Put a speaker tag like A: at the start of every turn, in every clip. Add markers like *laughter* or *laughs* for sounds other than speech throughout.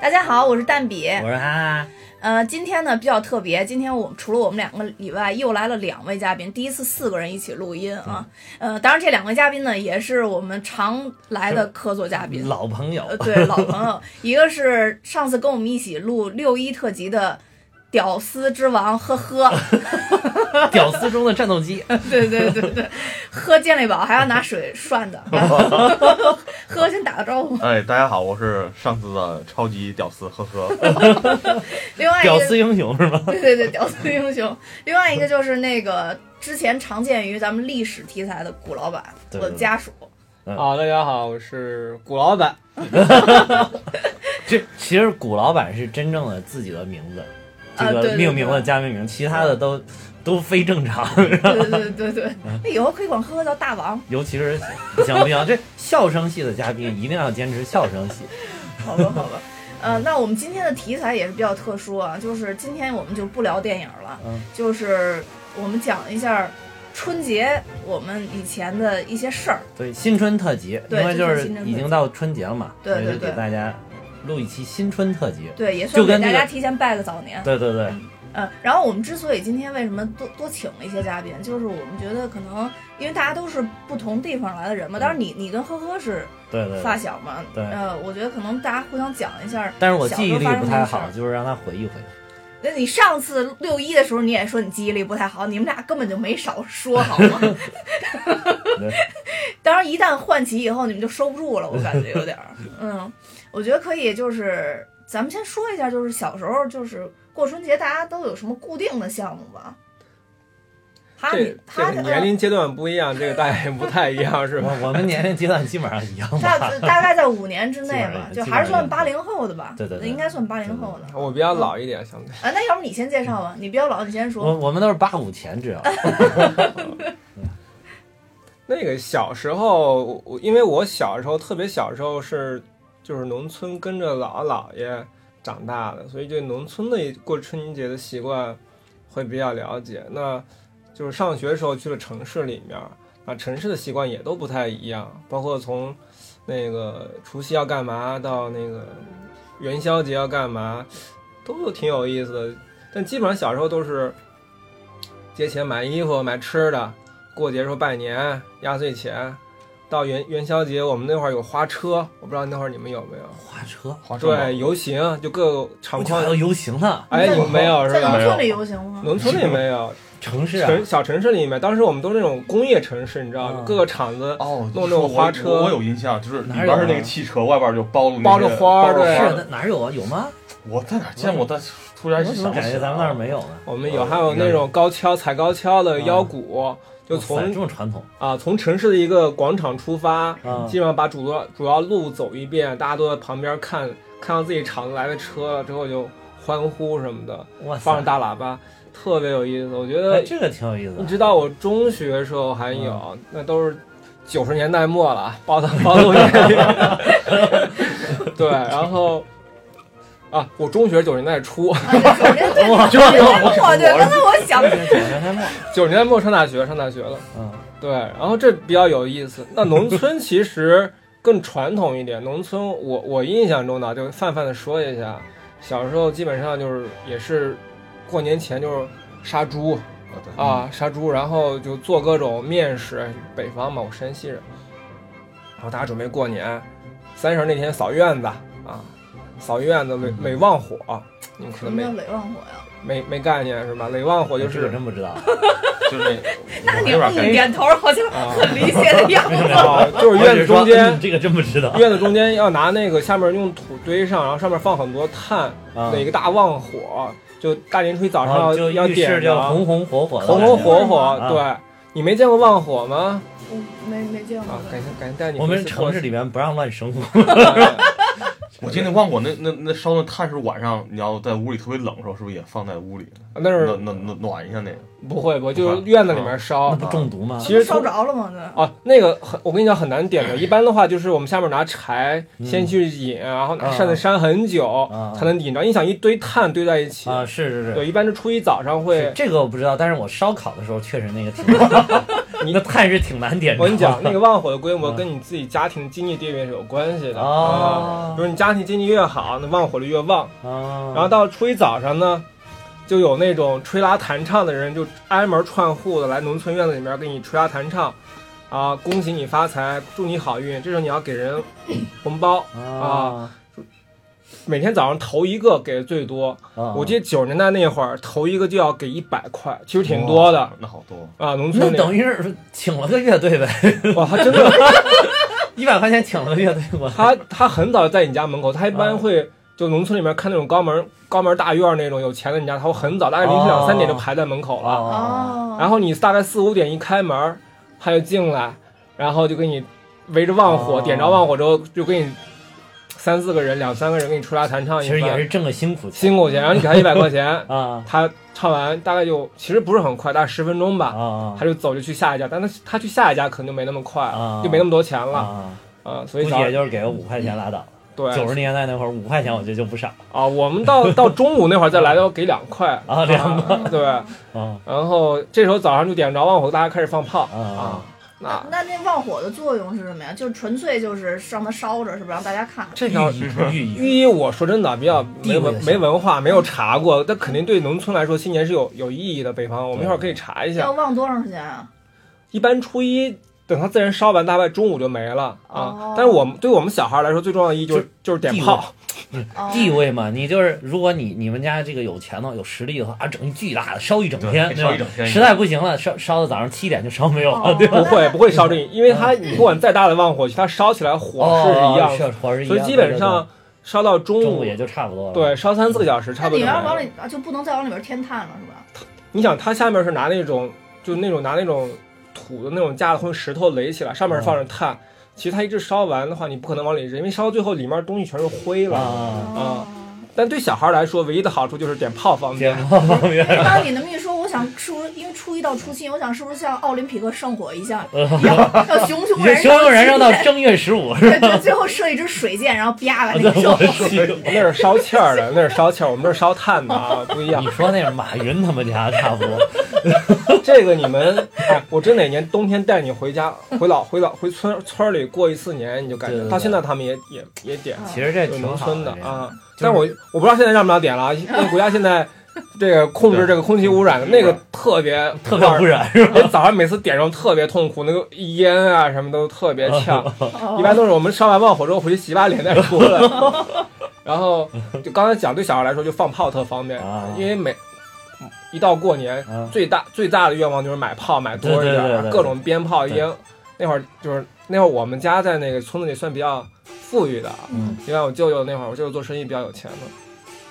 A: 大家好，我是蛋比。
B: 我说哈哈，
A: 呃，今天呢比较特别，今天我们除了我们两个以外，又来了两位嘉宾，第一次四个人一起录音啊。呃，当然这两位嘉宾呢，也是我们常来的客座嘉宾，
B: 老朋友
A: 呃，对，老朋友，一个是上次跟我们一起录六一特辑的屌丝之王，呵呵，
B: 屌丝中的战
A: *laughs*
B: 斗机，
A: 对对对对，喝健力宝还要拿水涮的，喝先打个招呼。
C: 哎，大家好，我是上次的超级屌丝，呵呵。
A: 另外一
B: 屌
A: 个，
B: 丝英雄是吗？
A: 对对对，屌丝英雄。另外一个就是那个之前常见于咱们历史题材的古老板，我
B: 对
A: 的家属。
D: *laughs* 好，大家好，我是古老板。
B: *laughs* 这其实古老板是真正的自己的名字，
A: 啊
B: 这
A: 对对
B: 个
A: 对
B: 命名的加命名，其他的都 *laughs* 都非正常， *laughs*
A: 对对对对对，那以后可以管呵呵叫大王，
B: 尤其是不行不行， *laughs* 这笑声系的嘉宾一定要坚持笑声系。
A: 好吧好吧。呃，那我们今天的题材也是比较特殊啊，就是今天我们就不聊电影了，
B: 嗯
A: 就是我们讲一下春节我们以前的一些事儿。
B: 对，新春特辑，因
A: 对
B: 为就
A: 这是
B: 是
A: 新春特辑
B: 已经到春节了嘛，
A: 对对
B: 所以就
A: 对
B: 给大家录一期新春特辑。
A: 对，也算
B: 就
A: 给
B: 跟那
A: 大
B: 个
A: 家提前拜个早年。
B: 对对对，
A: 嗯，然后我们之所以今天为什么多多请了一些嘉宾，就是我们觉得可能因为大家都是不同地方来的人嘛，当然你你跟呵呵是
B: 对嗯对
A: 发
B: 对。
A: 小嘛，
B: 对
A: 呃，我觉得可能大家互相讲一下。
B: 但是我记忆力
A: 小时
B: 不太
A: 候发生
B: 好，
A: 的事儿。 *laughs*
B: 就是让他回忆回忆。
A: 那你上次六一的时候你也说你记忆力不太好，你们俩根本就没少说好吗？
B: 对
A: *laughs* 当然，一旦唤起以后，你们就收不住了，我感觉有
B: *laughs*
A: 点儿。嗯，我觉得可以，就是咱们先说一下，就是小时候，就是过春节大家都有什么固定的项目吧？哈，
D: 这
A: 你
D: 这
A: 他
D: 个年龄阶段不一样，这个大家也不太一样，是吧？
B: *laughs* 我我们年龄阶段基本上一样
A: 大
B: 吧。
A: 呃大概在五年之内吧，
B: *laughs* 基本
A: 就
B: 上
A: 还是算
B: 基
A: 八
B: 本上
A: 零后的吧？
B: 对对对
A: 应该算八零后的。
D: 我比较老一点，相对。
A: 啊，那要不你先介绍吧，你比较老，你先
B: 我
A: 说。
B: 我们都是八五前，只要
D: 那个小时候，我我因为我小时候特别小时候是就是农村跟着姥姥姥爷长大的，所以对农村的过春节的习惯会比较了解。那就是上学的时候去了城市里面，啊，城市的习惯也都不太一样，包括从那个除夕要干嘛到那个元宵节要干嘛，都挺有意思的。但基本上小时候都是节前买衣服、买吃的，过节时候拜年、压岁钱，到元元宵节，我们那会儿有花车，我不知道那会儿你们有没有？
B: 花车，
D: 对，游行就各个
B: 我
D: 场
B: 还要
D: 况。
B: 游行呢，
D: 哎，你们没有
A: 在
D: 是
A: 农
D: 吧？
A: 村里游行吗？
D: 农村里没
B: *laughs*
D: 有，
B: 城市啊，
D: 城小城市里面，当时我们都是那种工业城市，你知道吗
B: 嗯？
D: 各个厂子
C: 哦
D: 弄那种花车
C: 我我有印象，就是里
B: 哪有啊
C: 边是那个汽车，外边就包了
D: 包着
C: 儿，
D: 花儿
C: 包着
D: 对
C: 花
B: 是
C: 儿。
B: 哪哪儿有啊？有吗？
C: 我在哪儿见过？但是突然
B: 我
C: 一
B: 怎
C: 想
B: 么
C: 不起
B: 感
C: 来
B: 觉
C: 了
B: 咱们那儿没有啊呢？
D: 我们有，
C: 哦
D: 还有那种高跷踩高跷的腰鼓，就
B: 啊哇塞
D: 从
B: 这么传统
D: 啊从城市的一个广场出发，
B: 啊！
D: 基本上把主要主要路走一遍，大家都在旁边看，看到自己厂子来的车了之后就欢呼什么的，
B: 哇
D: 放着
B: 塞，
D: 大喇叭，特别有意思。我觉
B: 哎
D: 得
B: 这个挺有意思的。
D: 你知道我中学的时候还有，那都是九十年代末了，啊暴 *laughs* 躁暴露年龄。对，然后啊，我中学九十年代初， *laughs*
A: 啊 *laughs* 对对对，
B: 哇
A: 对我对，刚才我想
B: 这个挺原来
D: *laughs*
B: 嘛
D: 九十年代末上大学，上大学了。
B: 嗯，
D: 对，然后这比较有意思。那农村其实更传统一点，农村我我印象中呢，就泛泛的说一下，小时候基本上就是也是过年前就是杀猪
C: 哦对
D: 啊，杀猪，然后就做各种面食。北方嘛，我山西人，然后大家准备过年，三十那天扫院子啊，扫院
B: 嗯
D: 子垒垒旺火，你们可
A: 什
D: 能
A: 么
D: 没
A: 叫垒旺火呀？
D: 没没概念是吧？垒旺火就
B: 这个
D: 是。
B: 真不知道。
C: 就是那
A: 那
C: 我
A: 你
C: 那边
A: 嗯
C: 感觉
A: 点头，好像
D: 啊
A: 很理解的样
D: *laughs*
A: 子。
D: 啊， *laughs* 就是院
B: 我只
D: 子
B: 是说
D: 中间
B: 嗯，这个真不知道。
D: 院子中间要拿那个下面用土堆上，然后上面放很多炭，
B: 啊
D: 垒、个大旺火，就大年初一早
B: 然后
D: 上要
B: 哦就
D: 要
B: 浴室
D: 点着
B: 就，红红火火的，
D: 红红火火。
B: 啊
D: 对，你没见过旺火吗？
A: 我没没见过
D: 啊，。感谢感谢带你
B: 我
D: 回
B: 们
D: 去过
B: 城 *laughs*
D: 去。
B: 市里面不让乱生火，
D: 对
C: 我记得那忘我那那那烧那炭是晚上你要在屋里特别冷的时候，是不是也放在屋里
D: 啊那是
C: 暖暖暖暖一下那个？
D: 不会，我就是院子里面烧
B: 那。不中毒吗？
D: 其实
A: 烧
D: 从
A: 着了吗？那
D: 啊，那个很，我跟你讲很难
B: *clears throat*
D: 点的。一般的话，就是我们下面拿柴先去引，然后拿扇子扇很久
B: 嗯啊
D: 才能引着。你想一堆炭堆在一起，
B: 啊，是是是
D: 对，一般是初一早上会
B: 是，这个我不知道，但是我烧烤的时候确实那个挺，你 *laughs* 那炭是挺难点着。
D: 我跟
B: *laughs*
D: 你讲，那个旺火的规模
B: 嗯
D: 跟你自己家庭经济地位是有关系的啊。
B: 哦
D: 比如你家庭经济越好，那旺火就越旺。
B: 哦，
D: 然后到初一早上呢，就有那种吹拉弹唱的人，就挨门串户的来农村院子里面给你吹拉弹唱，啊，恭喜你发财，祝你好运。这时候你要给
B: *clears throat*
D: 人红包，
B: 啊，
D: 每天早上头一个给的最多。
B: 啊
D: 我记得九十年代那会儿，头一个就要给一百块，其实挺多的
C: 那好多，
D: 啊。农村
B: 那
D: 里
B: 等于是请了个乐队呗，
D: 哇，他真的，
B: 一百块钱请了个乐队我
D: 他他很早在你家门口，他一
B: 啊
D: 般会。就农村里面看那种高门高门大院那种有钱的人家，他会很早，大概凌晨两三点就
B: 哦
D: 排在门口了。
B: 哦，
D: 然后你大概四五点一开门儿，他就进来，然后就给你围着旺火，
B: 哦
D: 点着旺火之后，就给你三四个人、两三个人给你吹拉弹唱
B: 其
D: 一
B: 实也
D: 番，
B: 是挣个辛苦钱，
D: 辛苦钱，然后你给他一百块钱 *laughs*
B: 啊
D: 他唱完大概就其实不是很快，大概十分钟
B: 啊
D: 吧，
B: 啊
D: 他就走就去下一家，但他他去下一家可能就没那么快
B: 哦，
D: 就没那么多钱了
B: 啊！
D: 啊，
B: 估
D: 所以
B: 计
D: 早
B: 也就是给个五块钱拉倒。
D: 对
B: 九十年代那会儿，五块钱我觉得就不少
D: 啊，我
B: *laughs*
D: 们到到中午那会儿再来要给两块，
B: 啊，两个
A: 啊
D: 对，
B: 啊
D: 然后这时候早上就点着旺火，大家开始放炮啊
B: 啊，，
D: 那
A: 那那旺火的作用是什么呀？就是纯粹就是让它烧着，是不是让大家看看？
B: 这条寓意
D: 御医，我说真的比较
B: 地
D: 没
B: 位
D: 文
B: 上
D: 没文化，没有查过，但肯定对农村来说新年是有有意义的。北方，我们
B: 对
D: 一会儿可以查一
A: 要
D: 下。
A: 旺多长时间啊？
D: 一般初一等它自然烧完，大概中午就没了啊
A: 哦。
D: 但是我们对我们小孩来说，最重要的意义就是就是点
B: 地位
D: 炮，
A: 哦
B: 地位嘛，你就是如果你你们家这个有钱的有实力的话，啊，整一巨大的烧一整天，
C: 对
B: 对吧
C: 烧一整天
B: 实在不行了，烧烧到早上七点就烧没有了，
A: 哦
B: 对吧？
D: *laughs* 不会不会烧这，因为它你不管再大的旺火，它烧起来火势是一样
B: 哦
D: 的，
B: 是火是一样，
D: 所以基本上烧到中
B: 对对对中
D: 午
B: 午也就差不多了。
D: 对烧三四个小时差
A: 那
D: 不多
A: 你
D: 就
A: 要
D: 没
A: 往
D: 了。
A: 里啊就不能再往里边添炭了，是吧？
D: 你想，它下面是拿那种就那种拿那种土的那种架子或者石头垒起来，
B: 嗯
D: 上面放着炭。其实它一直烧完的话，你不可能往里扔，因为烧到最后里面东西全是灰了。
B: 啊，
A: 哦
D: 啊但对小孩来说，唯一的好处就是点炮 *laughs* 方
B: 点
D: 便。
B: 炮方面
A: 哎刚才 *laughs* 你那么一说，我想是不是因为初一到初七，我想是不是像奥林匹克圣火一
D: *laughs*
A: 样，要要熊熊
B: 你这
A: 燃
B: 熊熊燃烧到
A: 起来
B: 正月十
D: *laughs*
B: 五是吧？
A: 对，对最后射一支水箭，然后啪把那
B: 我
A: 个
B: *laughs*
A: 圣火。
B: 去
D: 那是烧气儿的，那是烧气儿，我们这是烧炭的啊，不
B: *laughs*
D: 一样
B: 你。说那是马云他们家差不
D: *laughs*
B: 多，
D: 这个你们，哎，我真哪年冬天带你回家，回老回老回村村里过一次年，你就感
B: 对
D: 觉
B: 对
D: 到
B: 对
D: 现在他们也也也点，
B: 其实这
D: 有
B: 挺
D: 农
B: 好
D: 村的
B: 这个
D: 啊。但我我不知道现在让不让点了啊，因为国家
B: *laughs*
D: 现在这个控制这个空气污染的那个特别
B: 特别污。染
D: *laughs*
B: 是吧？
D: 我早上每次点上特别痛苦，那个烟啊什么都特别
B: *laughs*
D: 呛，
A: 哦
D: 一般都是我们烧完旺火之后回去洗把脸再出来。然后就刚才讲，对小孩来说就放炮特方便
B: 啊，
D: 因为每一到过年，
B: 啊
D: 最大最大的愿望就是买炮，买多一
B: 对
D: 点
B: 对对
D: 儿，
B: 对对
D: 各种鞭炮
B: 对
D: 烟。那会儿就是那会儿我们家在那个村子里算比较富裕的啊，
B: 嗯
D: 因为我舅舅那会儿，我舅舅做生意比较有钱嘛，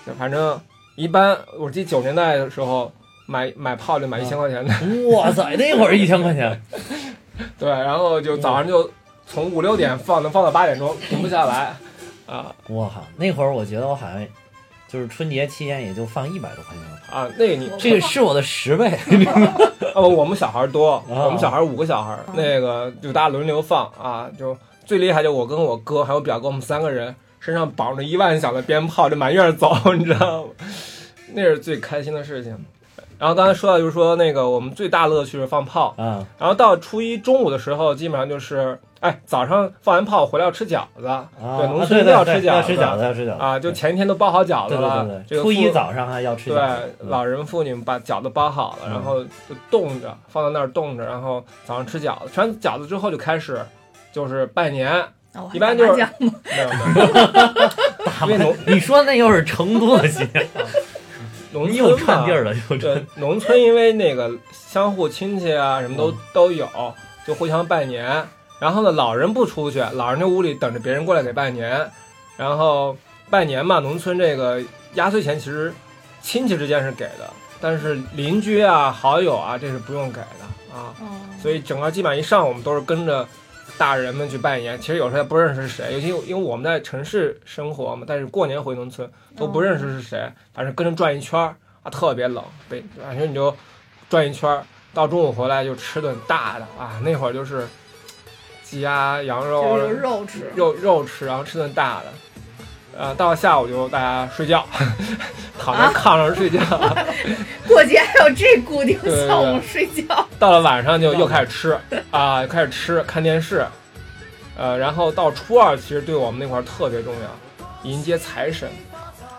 D: 就反正一般我记得九十年代的时候买买炮就买
B: 啊
D: 一千块钱的， *laughs*
B: 哇塞，那会儿一千块钱，
D: 对，然后就早上就从五六点放能放到八点钟，停不下来啊
B: 我靠，那会儿我觉得我好像就是春节期间也就放一百多块钱的炮，
D: 啊！那个你
B: 这个是我的十
D: *laughs*
B: 倍。
D: 哦，我们小孩儿多，我们小孩儿五个小孩儿，那个就大家轮流放啊，就最厉害就我跟我哥还有表哥，我们三个人身上绑着一万响的鞭炮，就满院儿走，你知道吗？ *laughs* 那是最开心的事情。然后刚才说到就是说那个我们最大乐趣是放炮，
B: 啊
D: 然后到初一中午的时候，基本上就是哎早上放完炮回来要吃饺子，
B: 啊！
D: 农
B: 对
D: 村
B: 对
D: 要吃
B: 对
D: 饺
B: 要
D: 子
B: 吃饺子，要吃饺子
D: 啊，就前一天都包好饺子
B: 对
D: 了，
B: 对对
D: 这
B: 对，
D: 个
B: 初一
D: 父
B: 早上还要吃饺
D: 对
B: 子，，
D: 老人妇女把饺子包好了，
B: 嗯
D: 然后就冻着，放到那儿冻着，然后早上吃饺子。吃完饺子之后就开始就是拜年，
A: 啊我还
D: 一般
A: 打麻
D: 就是
A: 将
D: 没
B: *laughs*
D: 有没有，因为农
B: 你说那又是成都的
D: *laughs*
B: 新年，
D: 农
B: 又
D: 村
B: 串
D: 嘛
B: 地，儿了，又串
D: 对，农村因为那个相互亲戚啊什么都
B: 嗯
D: 都有，就互相拜年。然后呢，老人不出去，老人在屋里等着别人过来给拜年。然后拜年嘛，农村这个压岁钱其实亲戚之间是给的，但是邻居啊、好友啊，这是不用给的啊。
A: 哦
D: 所以整个基本上一上午我们都是跟着大人们去扮演，其实有时候也不认识是谁，尤其因为我们在城市生活嘛，但是过年回农村都不认识是
A: 嗯
D: 谁，反正跟着转一圈儿啊，特别冷，被反正你就转一圈儿，到中午回来就吃顿大的啊，那会儿就是嘖鸡鸭羊肉
A: 就是肉吃，
D: 肉肉吃，然后吃顿大的，呃，到下午就大家睡觉， *laughs* 躺
A: 啊
D: 在炕上睡觉，
A: 过节还有这固定
D: 对对
A: 项目
D: 对
A: 睡觉，
D: 到了晚上就又开始吃啊，开始吃看电视，呃，然后到初二其实对我们那块儿特别重要，迎接财神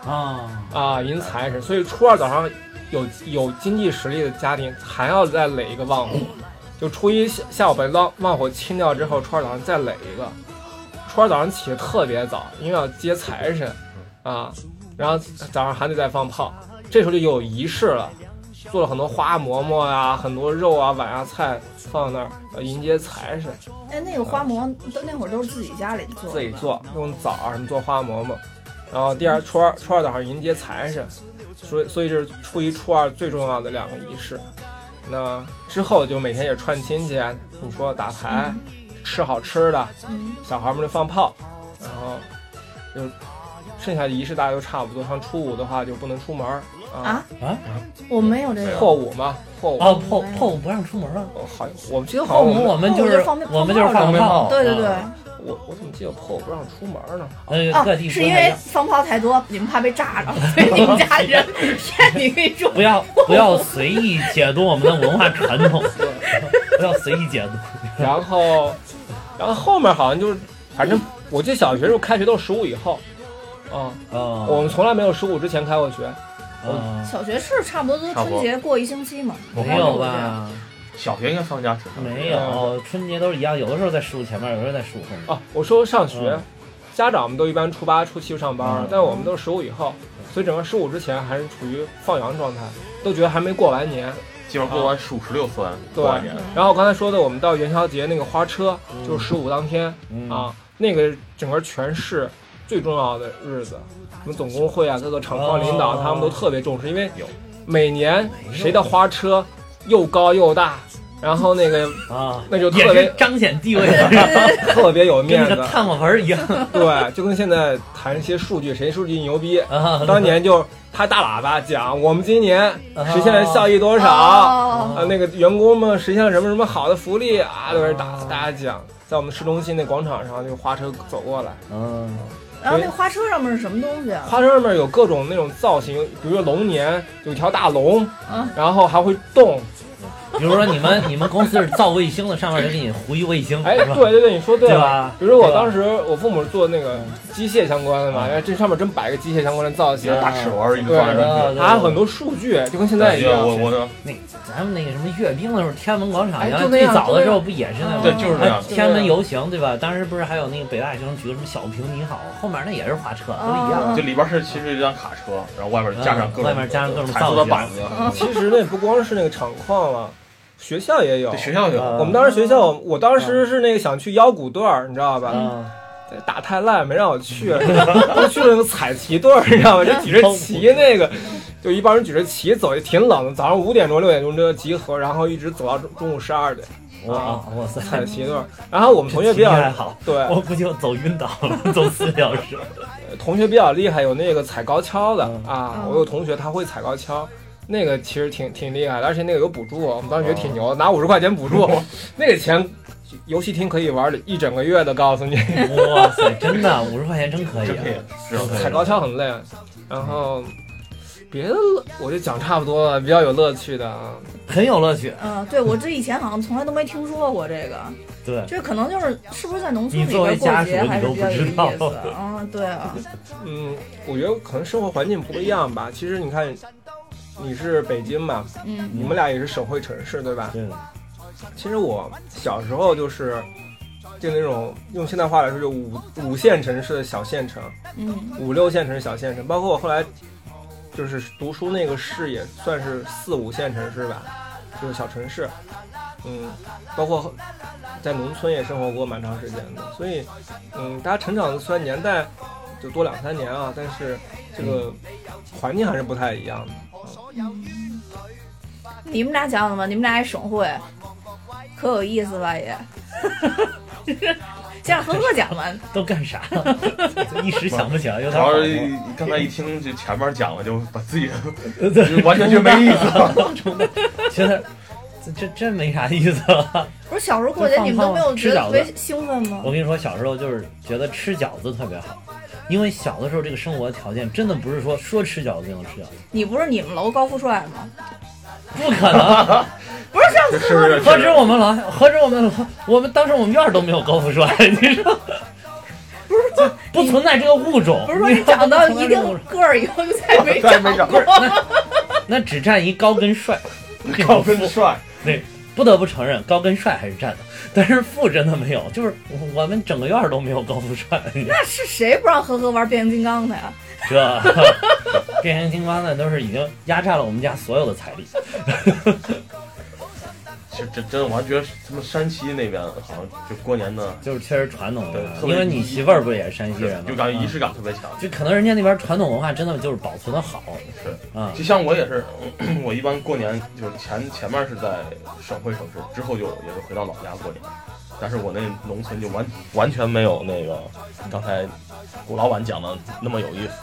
B: 啊，
D: 啊，迎财神，所以初二早上有有经济实力的家庭还要再垒一个旺火，就初一下下午把旺旺火清掉之后，初二早上再垒一个，初二早上起得特别早，因为要接财神啊，然后早上还得再放炮，这时候就有仪式了。做了很多花馍馍啊，很多肉啊、碗啊、菜放那儿，呃迎接财神。
A: 哎，那个花馍都那会儿都是自己家里做，
D: 自己，做，用枣儿什么做花馍馍，然后第二初二初二早上迎接财神，所以所以这是初一初二最重要的两个仪式。那之后就每天也串亲戚，啊，你说打牌，吃好吃的，
A: 嗯，
D: 小孩们就放炮，然后就剩下的仪式大家都差不多。像初五的话就不能出门儿啊
A: 啊，我没有这
C: 没
A: 个
C: 有。
D: 破五嘛，破五，
B: 哦，破破五不让出门了，
D: 哦好，我们记得
B: 破
D: 好像
B: 五
D: 我
B: 我们就是
A: 放鞭
B: 我们就是放
C: 放鞭
B: 炮，
C: 炮
A: 对对对，
B: 啊
D: 我我怎么记得破五不让出门儿呢？
B: 呃，
A: 啊
B: 各，地
A: 是
B: 不
A: 因
B: 太一
A: 为
B: 样
A: 放炮太多，你们怕被炸着，所以你们家人骗你跟你说
B: 不要不要随意解读我们的文化传统， *laughs* 不要随意解读。
D: 然后，然后后面好像就是，反正我记得小学时候开学都十五以后，啊、
B: 啊，
D: 我们从来没有十五之前开过学。
B: 啊
A: *laughs* 小学是差不多都
C: 差不
A: 春
C: 多
A: 节过一星期嘛，
C: 我
B: 没
A: 没
B: 有？吧？
C: 小学应该放假挺长的
B: 没有，春节都是一样，有的时候在十五前面，有的时候在十五后面。
D: 啊，我说上学，
B: 嗯
D: 家长们都一般初八、初七就上班了，
B: 嗯
D: 但我们都是十五以后，所以整个十五之前还是处于放羊状态，都觉得还没过完年。
C: 基本上过完十五十六算
D: 对
C: 过完年。
D: 然后我刚才说的，我们到元宵节那个花车，
B: 嗯
D: 就是十五当天、
B: 嗯
D: 啊，那个整个全市最重要的日子，什么总工会啊，各个厂矿领导、
B: 哦
D: 他们都特别重视，因为
C: 有
D: 每年谁的花车又高又大，然后
B: *laughs*
D: 那个
B: 啊，
D: 那就
B: 也
D: 特
B: 是
D: 别
B: 彰显地位的，
D: 特别有
B: 跟
D: 面
B: 那个
D: 子，
B: 炭火盆儿一样
D: 对，就跟现在谈一些数据，谁数据牛逼，
B: 啊。
D: 当年就拍大喇叭讲我们今年
B: 啊
D: 实现了效益多少。
A: 哦
D: 啊，那个员工们实现了什么什么好的福利啊，都是打
B: 哦
D: 大家讲，在我们市中心那广场上，就花车走过来，
B: 嗯，
A: 然后那花车上面是什么东西啊？
D: 花车上面有各种那种造型，比如说龙年有一条大龙，
A: 嗯
D: 然后还会动，
B: 比如说你们你们公司是造卫星的，上面就给你糊一卫星，
D: 哎，
B: 是吧
D: 对对对，你说对
B: 嗯对
D: 了。
B: 吧？
D: 比如说我当
B: 时
D: 时我父母做那个机械相关的嘛，
B: 嗯啊
D: 然后这上面真摆个机械相关的造型
C: 一个，大齿轮，一个放上去。
D: 还有很多数据，就跟现在一样
C: 哎我。我呢，
B: 那咱们那个什么阅兵的时候，天安门广场
D: 哎
B: 原来
D: 就那
B: 最
D: 样啊
B: 早
D: 就那
B: 的时候
D: 样
B: 不也是那样吗？
C: 对，就是那样。
B: 天安门游行对吧？当时不是还有那个北大学生举个什么小平你好，后面那也是花车，都一样。
A: 哦
C: 就里边是其实一辆卡车，然后外面加上各种
B: 外面加上各种
C: 彩色
B: 造
C: 的
B: 型嗯
C: 板子，
D: 其实那不光是那个厂矿了，学校也有
C: 对。学校有
B: 啊
D: 我们当时学校，我我当
B: 嗯
D: 时是那个想去腰鼓队儿，你知道吧？
B: 啊，
D: 打太烂没让我去， *laughs* 都去了那个彩旗队儿，你知道吗？就举着旗那个，就一帮人举着旗走，也挺冷的。早上五点钟、六点钟就集合，然后一直走到中中午十二点，
B: 哇哇塞，
D: 彩旗队儿。然后我哎们同学比较
B: 体力还好，
D: 对，
B: 我估计我走晕倒了，走四小时。
D: 同学比较厉害，有那个踩高跷的
B: 嗯
D: 啊，
A: 嗯
D: 我有同学他会踩高跷。那个其实挺挺厉害的，而且那个有补助，我们当时觉得挺牛的，拿五十块钱补助，那个钱游戏厅可以玩一整个月的，告诉你。
B: 哇塞，真的五十块钱真可以
C: 真
B: 啊
C: 可！以，是吧
D: 踩高跷很累，然后别的乐我就讲差不多了，比较有乐趣的啊。
B: 很有乐趣。
A: 嗯，对我这以前好像从来都没听说过这个，
B: 对，
A: 这可能就是是不是在农村
B: 你
A: 里
B: 作为
A: 边过
B: 家
A: 节
B: 属
A: 还
B: 你
A: 是
B: 都
A: 比
B: 不
A: 较有
B: 知
A: 意
B: 道
A: 思的啊？对啊，
D: 嗯，我觉得可能生活环境不一样吧。其实你看，你是北京嘛，
A: 嗯
D: 你们俩也是省会城市对吧？
B: 对，
D: 其实我小时候就是。就那种用现代话来说，就五五线城市的小县城，
A: 嗯
D: 五六线城市小县城，包括我后来就是读书那个市也算是四五线城市吧，就是小城市，嗯，包括后在农村也生活过蛮长时间的，所以嗯，大家成长的虽然年代就多两三年啊，但是这个环境还是不太一样的。
A: 嗯，你们俩讲讲吧，你们俩还省会，可有意思吧也？先让恒哥讲完。
B: 都干啥 *laughs* 了？就一时想不起来，有
C: 主
B: 点恍
C: 要
B: 惚。
C: 是刚才一听这前面讲了，就把自己 *laughs*
B: 呃 *laughs* 对，
C: 就完全就没意
B: *laughs*
C: 思了。
B: 觉得这这真没啥意思了。
A: 不是小时候过节你们都没有觉得特别兴奋吗
B: 我？跟你说，小时候就是觉得吃饺子特别好，因为小的时候这个生活条件真的不是说说吃饺子就能吃饺子，
A: 你不是你们楼高富帅吗？
B: 不可能。
A: 不是上次
C: 是是
B: 何止我们老，何止我们老，我们当时我们院儿都没有高富帅，你说
A: 不是说
B: 不存在这个物种。
A: 不是说你长到一定
B: 你知道吗
A: 个儿以后就再也没
C: 再也没
A: 长
C: 长
A: 过
C: 过。
B: 那只占一高跟帅， *laughs*
C: 高跟帅，
B: 不得不承认，高跟帅还是占的，但是富真的没有，就是我们整个院儿都没有高富帅。
A: 那是谁不让呵呵玩变形金刚的呀？
B: 这 *laughs* 变形金刚呢，都是已经压榨了我们家所有的财力。
C: 其实真真的，我还觉得他们山西那边好像就过年呢，
B: 就是确实传统文化，
C: 对
B: 因为你媳妇儿不也是山西人吗？
C: 就感觉仪
B: 嗯
C: 式感特别强。
B: 就可能人家那边传统文化真的就是保存的好， *laughs*
C: 是
B: 啊，
C: 就像我也是， *clears throat* 我一般过年就是前前面是在省会城市，之后就也是回到老家过年。但是我那农村就完完全没有那个刚才古老板讲的那么有意思。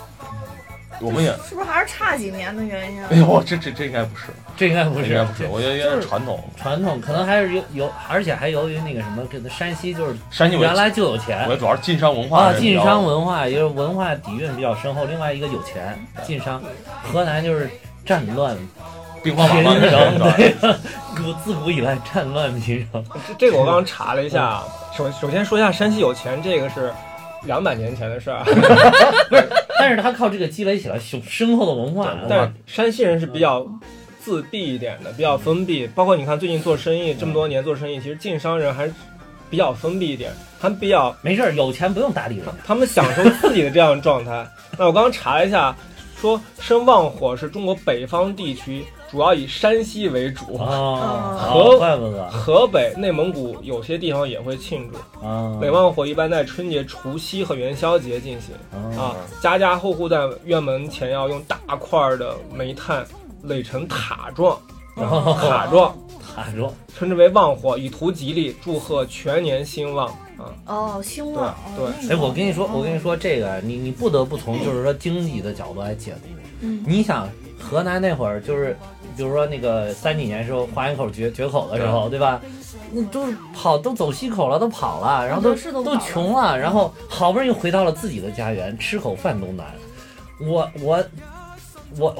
C: 我们也，
A: 是不是还是差几年的原因啊？
C: 哎呦，这这这应该不是，
B: 这应该不
C: 这
B: 是，
C: 应该不是，
B: 这
C: 我觉得应该是传统。
B: 传统可能还是由由，而且还由于那个什么，跟山西就是
C: 山西我
B: 原来就有钱
C: 我觉得主要是晋商文化
B: 啊，
C: 是比
B: 晋
C: 较
B: 商文化也就是文化底蕴比较深厚，另外一个有钱，晋商，河南就是战乱
C: 兵荒马
B: 频
C: 乱
B: 仍，
C: 的时
B: *laughs*
C: 候，
B: 对，古自古以来战乱频仍，
D: 这这个我刚刚查了一下啊，首首先说一下山西有钱，这个是两百年前的事儿，
B: *laughs*
D: 啊
B: 但是他靠这个积累起来雄深厚的文化，
C: 对
D: 但是山西人是比较自闭一点的，比较封闭。包括你看最近做生意这么多年做生意，其实晋商人还是比较封闭一点，他们比较
B: 没事儿，有钱不用搭理人，
D: 他们享受自己的这样的状态。那我刚刚查了一下，说生旺火是中国北方地区，主要以山西为
C: *laughs*
D: 主，
B: 哦，
D: 和
B: 好怪不得
D: 河北、内蒙古有些地方也会庆祝。
B: 啊，
D: 北旺火一般在春节、除夕和元宵节进行
B: 啊，
D: 啊，家家户户在院门前要用大块儿的煤炭垒成塔状，
B: 然后
D: 塔
B: 哦
D: 状
B: 塔啊说
D: 称之为旺火，以图吉利，祝贺全年兴旺啊。
A: 哦，兴旺。
D: 对
A: 哦
B: 哎，我跟你说，我跟你，说，这个你你不得不从就是说经济的角度来解读。
A: 嗯
B: 你想，河南那会儿就是，比如说那个三几年时候，花园口决决口的时候，对吧？那都跑都走西口了，都跑了，然后都
A: 是都跑
B: 都
A: 了
B: 穷了，然后好不容易回到了自己的家园，吃口饭都难。我我我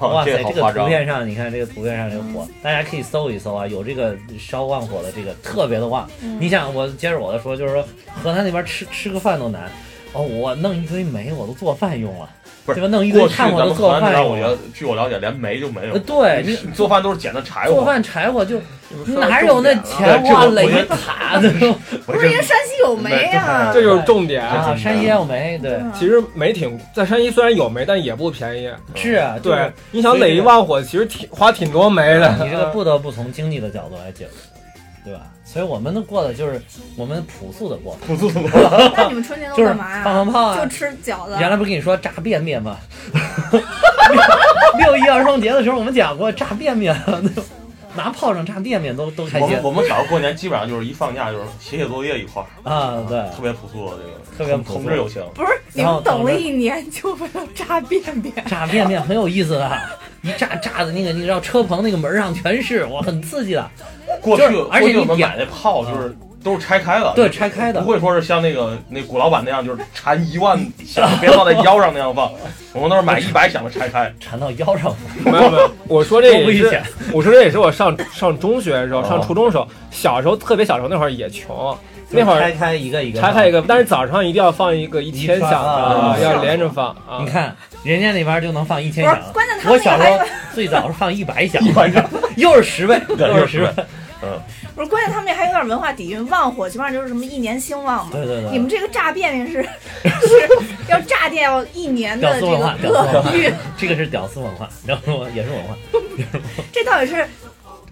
C: 哇，
B: 哇
C: *laughs* 这
B: 塞，
C: 个好
B: 这个
C: 夸
B: 图
C: 张，啊
B: 片上，你看这个图片上这个火，大家可以搜一搜啊，有这个烧旺火的这个特别的旺。你想，我接着我的说，就是说河南那边吃吃个饭都难，哦，我弄一堆煤我都做饭用了，
C: 不是
B: 对吧？弄一堆
C: 过去
B: 炭
C: 咱
B: 火
C: 们
B: 都
C: 河
B: 做
C: 南
B: 饭
C: 那边，
B: 用
C: 我觉
B: 了。
C: 得据我了解，连煤就没有
B: 呃。对，
C: 你
B: 你
C: 做饭都是捡的柴火。啊
B: 做饭柴火就
D: 说到
B: 哪有那
D: 重点
B: 钱
D: 了
C: 对这
B: 哇
C: 我
B: 垒
C: 我觉
B: 一
C: 得
B: 塔
C: *laughs*
B: 的
A: 不
C: 我这
A: 是因为山西有煤啊，
D: 这就是重点啊！
B: 啊？山西也有煤，对，
D: 其实煤挺在山西虽然有煤，但也不便宜。
B: 是啊，就是
D: 对，你想垒一旺火，其实挺花挺多煤的。
B: *laughs* 你这个不得不从经济的角度来解读，对吧？所以我们过的就是我们朴素的过法。
C: 不做饭
B: *laughs*
A: 那你们春节都
B: 就是
A: 干
B: 放
A: 嘛呀？
B: 放炮
A: 就
B: 啊！
A: 吃饺子。
B: 原来不是跟你说炸便便吗？ *laughs* 六一儿童节的时候我们讲过炸便便， *laughs* 拿炮仗炸便便都都开
C: 我
B: 心
C: 们我们小时候过年基本上就是一放假就是写写作业一块儿，
B: 啊！对，
C: 特别朴素的
B: 特
C: 这个，
B: 别朴素
C: 同志友情。
A: 不是你
B: 然后
A: 们等
B: 等
A: 了
B: 着
A: 一年就为了炸便便，
B: 炸便便很有意思的，一炸炸的那个，你知道车棚那个门上全是，哇，很刺激的。
C: 过去
B: 就是而且
C: 过去我们
B: 你嗯
C: 买那炮就是都是拆开的，
B: 对，拆开的
C: 不，会说是像那个那古老板那样就是缠一万响，别放在腰上那样放，我们都是买一百响的拆开。
B: 缠到腰上，
D: 没有没有，我说这
B: 多
D: 也
B: 危
D: 是
B: 险，！
D: 我说这也是我上上中学的时候，
C: 哦
D: 上初中的时候，小时候特别小时候那会儿也穷，那会
B: 就是
D: 儿
B: 拆开一个一个，
D: 拆开一。个，但是早上一定要放一个一千响的，啊
B: 一
C: 串啊
D: 要连着放啊。
B: 你看人家那边就能放一
A: 不
B: 千
A: 是
B: 响，
A: 关键他
B: 我
A: 们那
B: 小
A: 个
B: 时
A: 还
B: 候
A: 有，
B: 最早是 *laughs* 放一百响，
C: 一百响
B: *laughs* 又是十倍，
C: 对
B: 又是十
C: 又是
B: 倍
C: 十，
A: 不是关键他们那还有点文化底蕴，旺火基本上就是什么一年兴旺嘛。
B: *laughs* 对对对。
A: 你们这个炸便便
B: *laughs*
A: 是是要炸掉一年的这
B: 屌丝文化
A: 个恶欲，
B: 这个是屌丝文化，你知道吗？也是文化。
A: 这到底是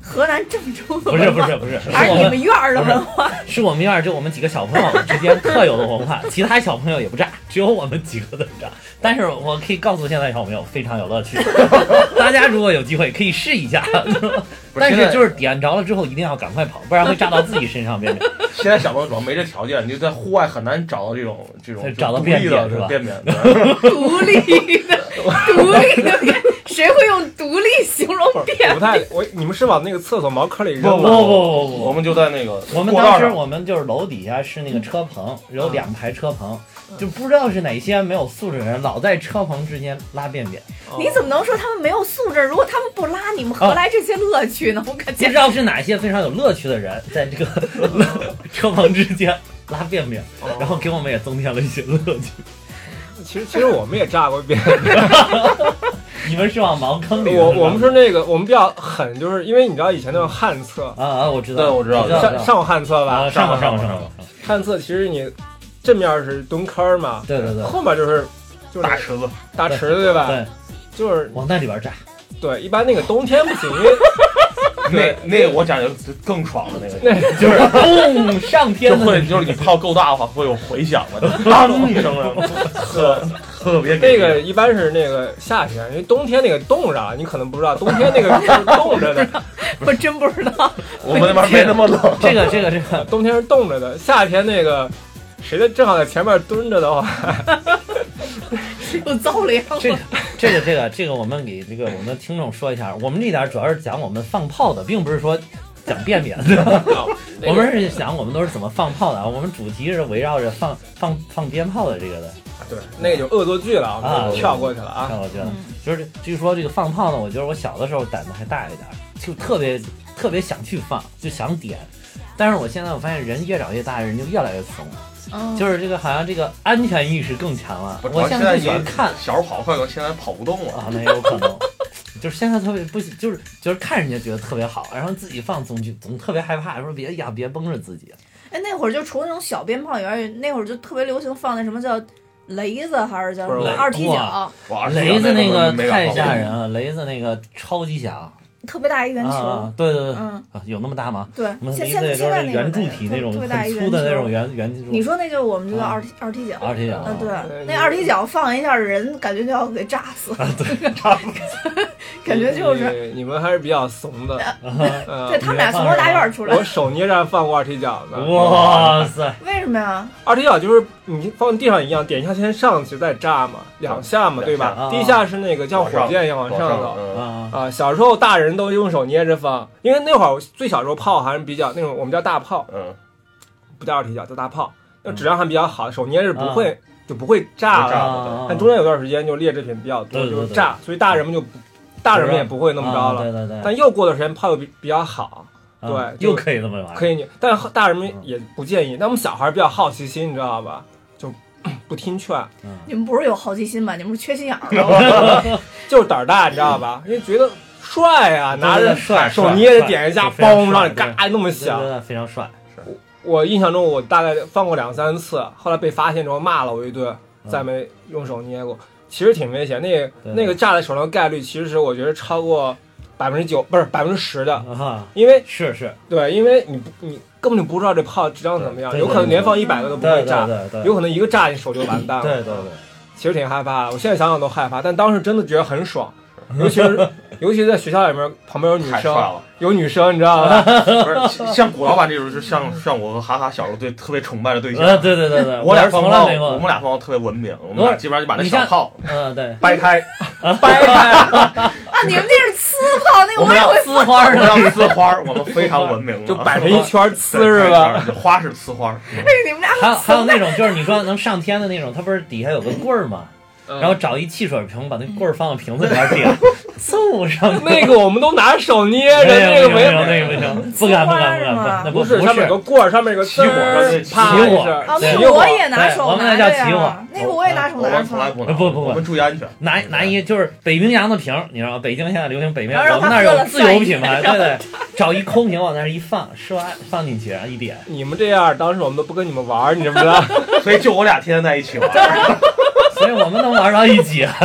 A: 河南郑州的
B: 不是
A: 文
B: 不
A: 化，
B: 是不是，是
A: 还是
B: 我
A: 你
B: 们
A: 们院儿的文化。
B: 是我们院儿就我们几个小朋友之间特有的文化，其他小朋友也不炸，只有我们几个怎么炸。但是我可以告诉现在小朋友， *laughs* 非常有乐趣，大家如果有机会可以试一下。
C: 不
B: 但
C: 现
B: 是
C: 在
B: 就是点着了之后一定要赶快跑，不然会炸到自己身上变成。
C: 现在小朋友主要没这条件，你就在户外很难找到这种这种
B: 找到
C: 独立
B: 便
C: 的
B: 民是吧
C: 便民的，
A: 独立的，
B: *laughs*
A: 独立的便，谁会用独立形容
D: 不是
A: 便
D: 我不太我你们是往那个厕所茅坑里
B: 不
D: 扔啊
B: 不
D: 吗？
B: 不不
C: 我
B: 不。
C: 们就在那个
B: 我们
C: 过道
B: 当时
C: 上，
B: 我们就是楼底下是那个车棚，有
D: 嗯
B: 两排车棚，
A: 嗯
B: 就不知道是哪些没有素质的人老在车棚之间拉便便，
A: 你怎么能说他们没有素质？如果他们不拉，你们何来这些乐趣呢？我感
B: 不
A: 觉
B: 知道是哪些非常有乐趣的人在这
D: *laughs*
B: 个车棚之间拉便便，
D: 哦？
B: 然后给我们也增添了一些乐趣。
D: 其实其实我们也炸过便，
B: 你们是往茅坑里拉吗？
D: 我我们是那个我们比较狠，就是因为你知道以前那种旱厕，
B: 啊啊，我知道，
C: 对我知道
B: 知道，
D: 上上过旱厕吧？
B: 啊上过
D: 过
B: 上过
D: 过
B: 上过，上过
D: 旱厕其实你正面是蹲坑嘛，
B: 对对对
D: 后面就是就是
C: 大池子，
D: 大池子对吧？
B: 对，
D: 就是
B: 往那里边炸，
D: 对，一般那个冬天不行，因为
C: 那
D: 对
C: 那我感觉更爽了，那个
D: 那
B: 就是嘣上
C: 就
B: 天的
C: 会就是你炮够大的话会有回响的，当一声，啊
B: *laughs*
C: 特特别给
D: 那
C: 力
D: 个一般是那个夏天，因为冬天那个冻着啊，你可能不知道，冬天那个是冻着的，
A: 我真不知道。
C: 我们那边没那么冷，
B: 这个这个这个，
D: 冬天是冻着的，夏天那个谁在正好在前面蹲着的话，
A: 有遭凉
B: 这
A: 了
B: 个。这个这个这个，我们给这个我们听众说一下，我们这点主要是讲我们放炮的，并不是说讲便便的。我们是讲我们都是怎么放炮的啊，我们主题是围绕着放放放鞭炮的这个的。
D: 对那个就恶作剧了，我
B: 啊
D: 们就跳过去了啊。
B: 看我觉得
A: 嗯，
B: 就是据说这个放炮呢，我觉得我小的时候胆子还大一点儿，就特别特别想去放，就想点。但是我现在我发现人越长越大，人就越来越怂，
A: 嗯，
B: 就是这个好像这个安全意识更强了。
C: 不是
B: 我现在就喜欢
C: 现在
B: 看
C: 小时候跑得快，现在跑不动了。
B: 啊，那也有可能。 *laughs* 就是现在特别不喜，就是就是看人家觉得特别好，然后自己放总就总特别害怕，说别呀别崩着自己。
A: 哎，那会儿就除了那种小鞭炮以外，那会儿就特别流行放那什么叫雷子，还是叫什
D: 不
A: 么
D: 是
A: 二踢脚
B: 哇，
C: 哇，啊
B: 雷子那个太吓人了，
C: 了。
B: 雷子那个超级响
A: 特别大一圆球。
B: 啊！对对对，
A: 嗯，
B: 啊有那么大吗？
A: 对
B: 我，们
A: 现
B: 雷子
A: 现
B: 也
A: 现
B: 就是
A: 在那
B: 圆
A: 个
B: 柱体那种
A: 特别
B: 很
A: 大一
B: 粗的那种
A: 圆球。
B: 圆圆柱。
A: 你说那就是我们就叫
B: 啊
A: 二踢二踢脚。
B: 二踢脚
A: 嗯，对
B: 啊，
A: 那二踢脚放一下，人感觉就要给炸死， *laughs* 感觉就是。
D: 你你们还是比较怂的，
B: 呃
D: 嗯
A: 对他们俩从摩大院出来
D: 我，手捏着放过二踢脚呢，
B: 哇塞！
A: 为什么呀？
D: 二踢脚就是你放地上一样，点一下先上去再炸嘛，两下嘛，对
C: 两
B: 下
D: 吧
B: 啊？
D: 第一下是那个像
C: 往上
D: 火箭一样往
C: 往
D: 上
C: 上
D: 走，
C: 走，
B: 啊，
D: 啊，小时候大人都用手捏着放，因为那会儿我最小时候炮还是比较那种我们叫大炮，
C: 嗯，
D: 不叫二踢脚，叫大炮，那
B: 嗯
D: 质量还比较好，手捏着不会、就不会炸
C: 不会炸
D: 了。
B: 啊
D: 但中间有段时间就劣质品比较多，
B: 对对
D: 就是
B: 对
D: 炸，所以大人们就不大人们也不会那么着
B: 啊
D: 了。
B: 对对对，
D: 但又过段时间炮又比比较好，
B: 啊
D: 对就
B: 又可以那么玩，
D: 可以你，但是大人们
B: 嗯
D: 也不建议。那我们小孩比较好奇心，你知道吧？ *clears throat* 就不听劝，
B: 嗯
A: 你们不是有好奇心吧？你们是缺心眼儿
B: *laughs*
A: 吗？
D: 就是胆儿大，你知道吧？因为觉得帅啊，
B: 嗯
D: 拿
B: 对对
D: 着
B: 对帅
D: 手
B: 帅
D: 捏着
B: 帅
D: 点一下，
B: 就非常
D: 嘣，
B: 帅
D: 让你
B: 对
D: 嘎那么响
B: 对。对对非常帅。
D: 我印象中，我大概放过两三次，后来被发现之后骂了我一顿，再没用手捏过。其实挺危险，那个
B: 嗯对
D: 那个炸在手上的概率，其实我觉得超过百分之九，不是百分之十的，
B: 啊，
D: 因为
B: 是是，
D: 对，因为你不你根本就不知道这炮质量怎么样，
B: 对
D: 有可能连放一百个都不
B: 对
D: 会
B: 对
D: 炸，
B: 对对，
D: 有可能一个炸你手就完蛋了。
B: 对对对，
D: 其实挺害怕的，我现在想想都害怕，但当时真的觉得
B: *laughs*
D: 很爽，尤其是尤其是在学校里面，旁边有女
C: 太帅
D: 生，
B: *laughs*
C: 了！
D: 有女生，你知道吧？
C: 不是像古老板这种，就像像我和哈哈小时候对特别崇拜的对象。
B: 呃，对对对
D: *laughs*
B: 对，
C: 我俩
B: 是
C: 放
B: 从
C: 炮，
B: 来没
C: 我
B: 过
C: 们，俩放炮特别文明，我们俩基本上就把那小炮
B: 嗯，对，*laughs*
C: 掰开，
D: 掰
C: *laughs*
D: 开
A: 啊，你们那是呲炮，那个我
C: 我们
A: 也
C: 要
A: 会
B: 呲花
C: 我
B: 儿
C: 们
B: 的，
C: 要呲花，我们非常文
B: *laughs*
C: 明，
D: 就摆成一圈儿呲是吧？？
C: 花是呲花， *laughs*
A: 被你们俩啊
B: 还有还有那种就是你说能上天的那种，它不是底下有个棍儿吗？
D: 然
B: 然后找一汽水瓶，把那棍儿放到瓶子里边儿点，嗖上去。
D: *laughs* 那个我们都拿手捏着，那
B: 没有
D: 个
B: 没有
D: 没
B: 那个不行，不敢不敢不敢不敢，那
D: 不
B: 是
D: 是上面有个棍儿，上面有个
C: 起火
D: 呲儿
C: 起
D: 啪
B: 火
D: 一声
A: 啊，那
B: 对
D: 起
A: 个
D: 火
A: 我也拿手
B: 我们那
A: 拿
B: 叫
A: 着
B: 起火
A: 呀，那个我也拿手
C: 我
A: 拿着
C: 们从来
A: 放，
C: 不拿，我们注意安全。
B: 拿拿一就是北冰洋的瓶儿，你知道吗？北京现在流行北冰洋，
A: 然后
B: 我
A: 让他
B: 们那儿
A: 喝了
B: 有自由品牌，对对，找一空瓶往那儿一放，刷放进去，然啊后一点。
D: 你们这样，当时我们都不跟你们玩儿，你知不知道？ *laughs*
C: 所以就我俩天天在一起玩，
B: 所以我们能玩到一起。啊 *laughs*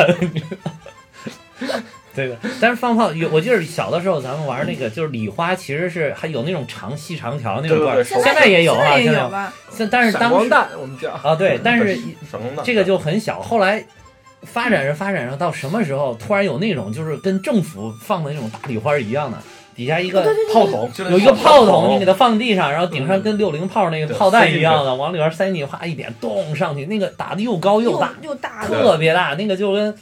B: 对的，但是放炮有，我记得小的时候咱们玩那个，就是礼花，其实是还有那种长细长条那种
C: 对
B: 棍
C: 对
B: 儿，
C: 对
A: 现
B: 现在也有啊，
A: 现
B: 现
A: 在也
B: 在
A: 有吧？
B: 现但是
D: 闪
B: 当
D: 光
B: 时
D: 弹我们叫，
B: 啊，对，但是
C: 闪光 *laughs* 弹
B: 这个就很小。后来发展着发展着，到什么时候突然有那种就是跟政府放的那种大礼花一样的，底下一
A: 对对
B: 个
A: 对
C: 炮筒就
B: 有一个炮筒，你给
C: 它
B: 它放地上，然后顶上跟六零炮那个
C: 对
B: 炮弹
C: 塞
B: 一
C: 进去
B: 样的，往里边塞进去，哗一点，咚上去，那个打的又高哦又大，
A: 又大
C: 对
A: 的，
B: 特别大，那个就跟。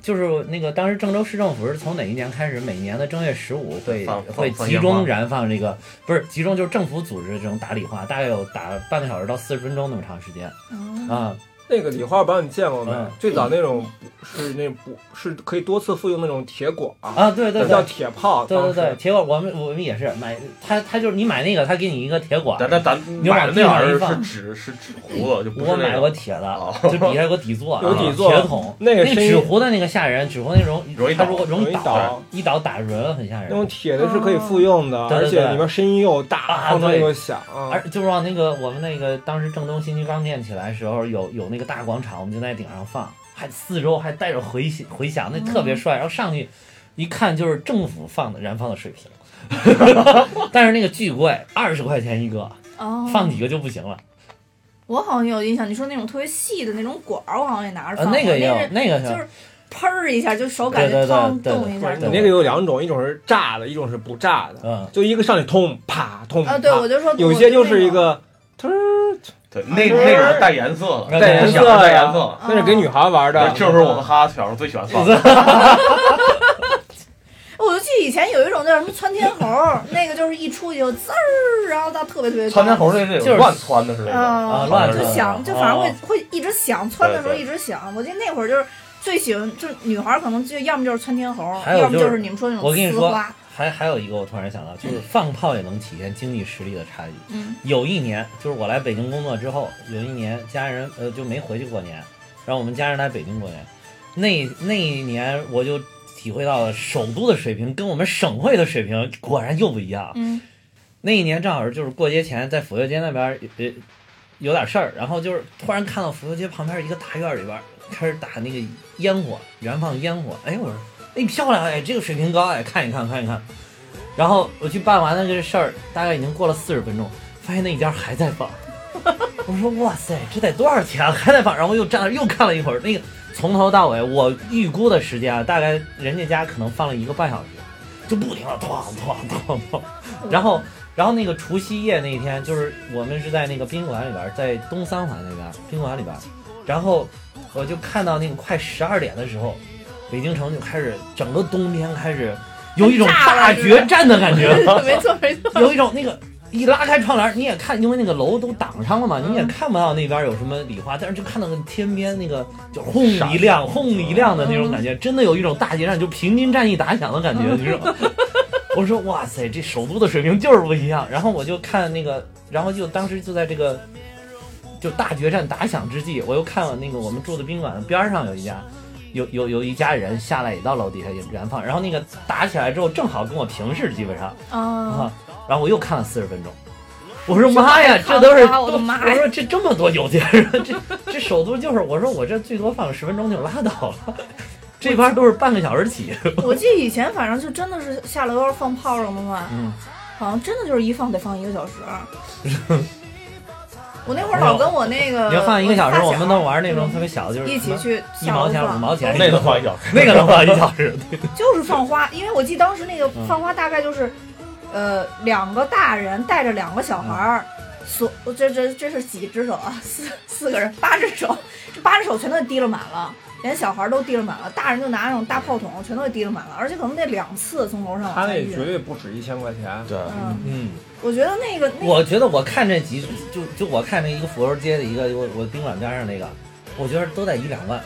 B: 就是那个当时郑州市政府是从哪一年开始，每年的正月十五会
C: 放放
B: 会
C: 放
B: 集
C: 烟
B: 中
C: 花
B: 燃放这个，不是集中就是政府组织的这种打礼花，大概有打半个小时到四十分钟那么长时间
A: 嗯
B: 啊、
D: 那个礼花，我不知道你见过没？
B: 嗯
D: 最早那种是那不是可以多次复用那种铁管儿，
B: 啊！对对
D: 叫
B: 对
D: 铁炮。
B: 对对对，
D: 当时，
B: 铁管我们我们也是买，他他就是你买那个，他给你一个铁管，
C: 咱咱咱
B: 你往
C: 买的
B: 地
C: 那
B: 上
C: 玩意
B: 一
C: 儿
B: 放
C: 是纸是纸糊子，就不是
B: 我
C: 那
B: 买
C: 个
B: 过铁的，
C: 哦
B: 就底下有个底座，
D: 有
B: 啊
D: 底座
B: 铁桶，
D: 那个
B: 那
D: 声音
B: 纸糊的那个吓人，纸糊那容
C: 容易
B: 它
C: 倒
B: 如果容
D: 容易
B: 倒
D: 倒，
B: 一倒打人了很吓人
D: 那。种铁的是可以
A: 哦
D: 复用的，
B: 对对
D: 而且
B: 对
D: 里面声音又大，
B: 啊
D: 碰撞
B: 对
D: 又响。啊
B: 而就是往那个我们那个当时郑东新区刚建起来的时候，有有那个大广场，我们就在顶上放，还四周还带着回响回响，那特别帅。然后上去一看，就是政府放的燃放的水平， *laughs* 但是那个巨贵，二十块钱一个，
A: 哦，
B: 放几个就不行了。
A: 我好像有印象，你说那种特别细的那种管儿，我好像也拿着
B: 呃，
A: 放过，
B: 那个也有，那个
A: 是就是是喷儿一下，就手感觉
B: 对对对
A: 砰
B: 对
A: 动一下
D: 不是
A: 就。
D: 你那个有两种，一种是炸的，一种是不炸的。
B: 嗯，
D: 就一个上去通啪通
A: 啊，对，
D: 啪
A: 我就说
D: 有
A: 我
D: 些
A: 就
D: 就是一
A: 那种
D: 个，它
C: 对那那种带颜色的，
B: 啊带颜
C: 小
B: 色啊
C: 的带
D: 呀
C: 颜色的。
D: 那是给女孩玩的
C: 对，。这是我
D: 嗯
C: 和哈哈小时候最喜欢放的。
A: 我就记得以前有一种叫什么窜天猴儿，那个就是一出去就滋儿，然后到特别特别高
C: 窜天猴那那
B: 就是
C: 种乱窜的是那种，
A: 啊
B: 乱
A: 就
B: 窜
A: 响，就反正会
B: 哦
A: 会一直响，窜的时候
C: 对对
A: 一直响。我记得那会儿就是最喜欢，就是女孩儿可能就要么就是窜天猴儿，
B: 还有
A: 要么
B: 就是
A: 是你们说那种
B: 我跟你
A: 呲
B: 说
A: 花，
B: 还还有一个我突然想到，就是放炮也能体现经济实力的差距。 *laughs*
A: 嗯，
B: 有一年，就是我来北京工作之后，有一年家人呃就没回去过年，然后我们家人来北京过年，那那一年我就体会到了首都的水平跟我们省会的水平果然又不一样。
A: 嗯
B: 那一年正好就是过节前，在府右街那边儿呃有点事儿，然后就是突然看到府右街旁边一个大院里边儿开始打那个烟火，燃放烟火，哎，我说哎漂亮哎，这个水平高哎，看一看看一看，然后我去办完了这事儿，大概已经过了四十分钟，发现那一家还在放， *laughs* 我说哇塞，这得多少钱啊还在放？然后又站那儿又看了一会儿，那个从头到尾我预估的时间啊，大概人家家可能放了一个半小时，就不停的哐哐哐哐， *laughs* 然后。然后那个除夕夜那一天，就是我们是在那个宾馆里边儿，在东三环那边儿宾馆里边儿，然后我就看到那个快十二点的时候，北京城就开始整个冬天开始有一种
A: 炸了
B: 大
A: 是吧
B: 决战的感 *laughs* 觉，
A: *laughs* 没错没
B: *laughs*
A: 错，
B: 有一种那个一拉开窗帘，你也看，因为那个楼都挡上了嘛，你也看不到那边有什么礼花，但是就看到那天边那个就轰
C: 闪
B: 一亮、轰一亮的那种感觉，真的有一种大决战，就平津战役打响的感觉，你知道吗？我说哇塞，这首都的水平就是不一样。然后我就看那个，然后就当时就在这个就大决战打响之际，我又看了那个我们住的宾馆的边儿上有一家。有有有一家人下来也到楼底下也燃放，然后那个打起来之后正好跟我平视，基本上，
A: 啊
B: 啊，然后我又看了四十分钟，我说妈呀，这都是
A: 看不着我的妈呀
B: 我说这这么多有钱人， *laughs* 这这首都就是我说我这最多放十分钟就拉倒了，这边都是半个小时起，
A: 我记得以前反正就真的是下楼要是放炮仗的话，
B: 嗯，
A: 好像真的就是一放得放一个小时。啊
B: *laughs*
A: 我那会儿老跟我那个
B: 你要放一个小时，
A: 发
B: 我们
A: 小嗯
B: 都玩那种特别小的，就是
A: 一
B: 什
A: 起
B: 么
A: 去
B: 一
A: 下楼
B: 毛钱
A: 放
B: 五毛钱
C: 那个放一小时，
B: 那个能 *laughs* 放一小时，
A: 就是放花，因为我记得当时那个
B: 嗯
A: 放花大概就是，呃，两个大人带着两个小孩儿，
B: 嗯
A: 所这这这是几只手啊？ *laughs* 四四个人，八只手，这八只手全都提了满了，连小孩儿都提了满了，大人就拿那种大炮筒全都给提了满了，而且可能得两次从楼上
D: 他
A: 往下
D: 那
A: 运
D: 绝。对不止一千块钱。
C: 对，
A: 嗯，
B: 嗯。
A: 我觉得那个那
B: 我觉得我看这集就就我看那一个福州街的一个我我宾馆边上那个，我觉得都在一两万，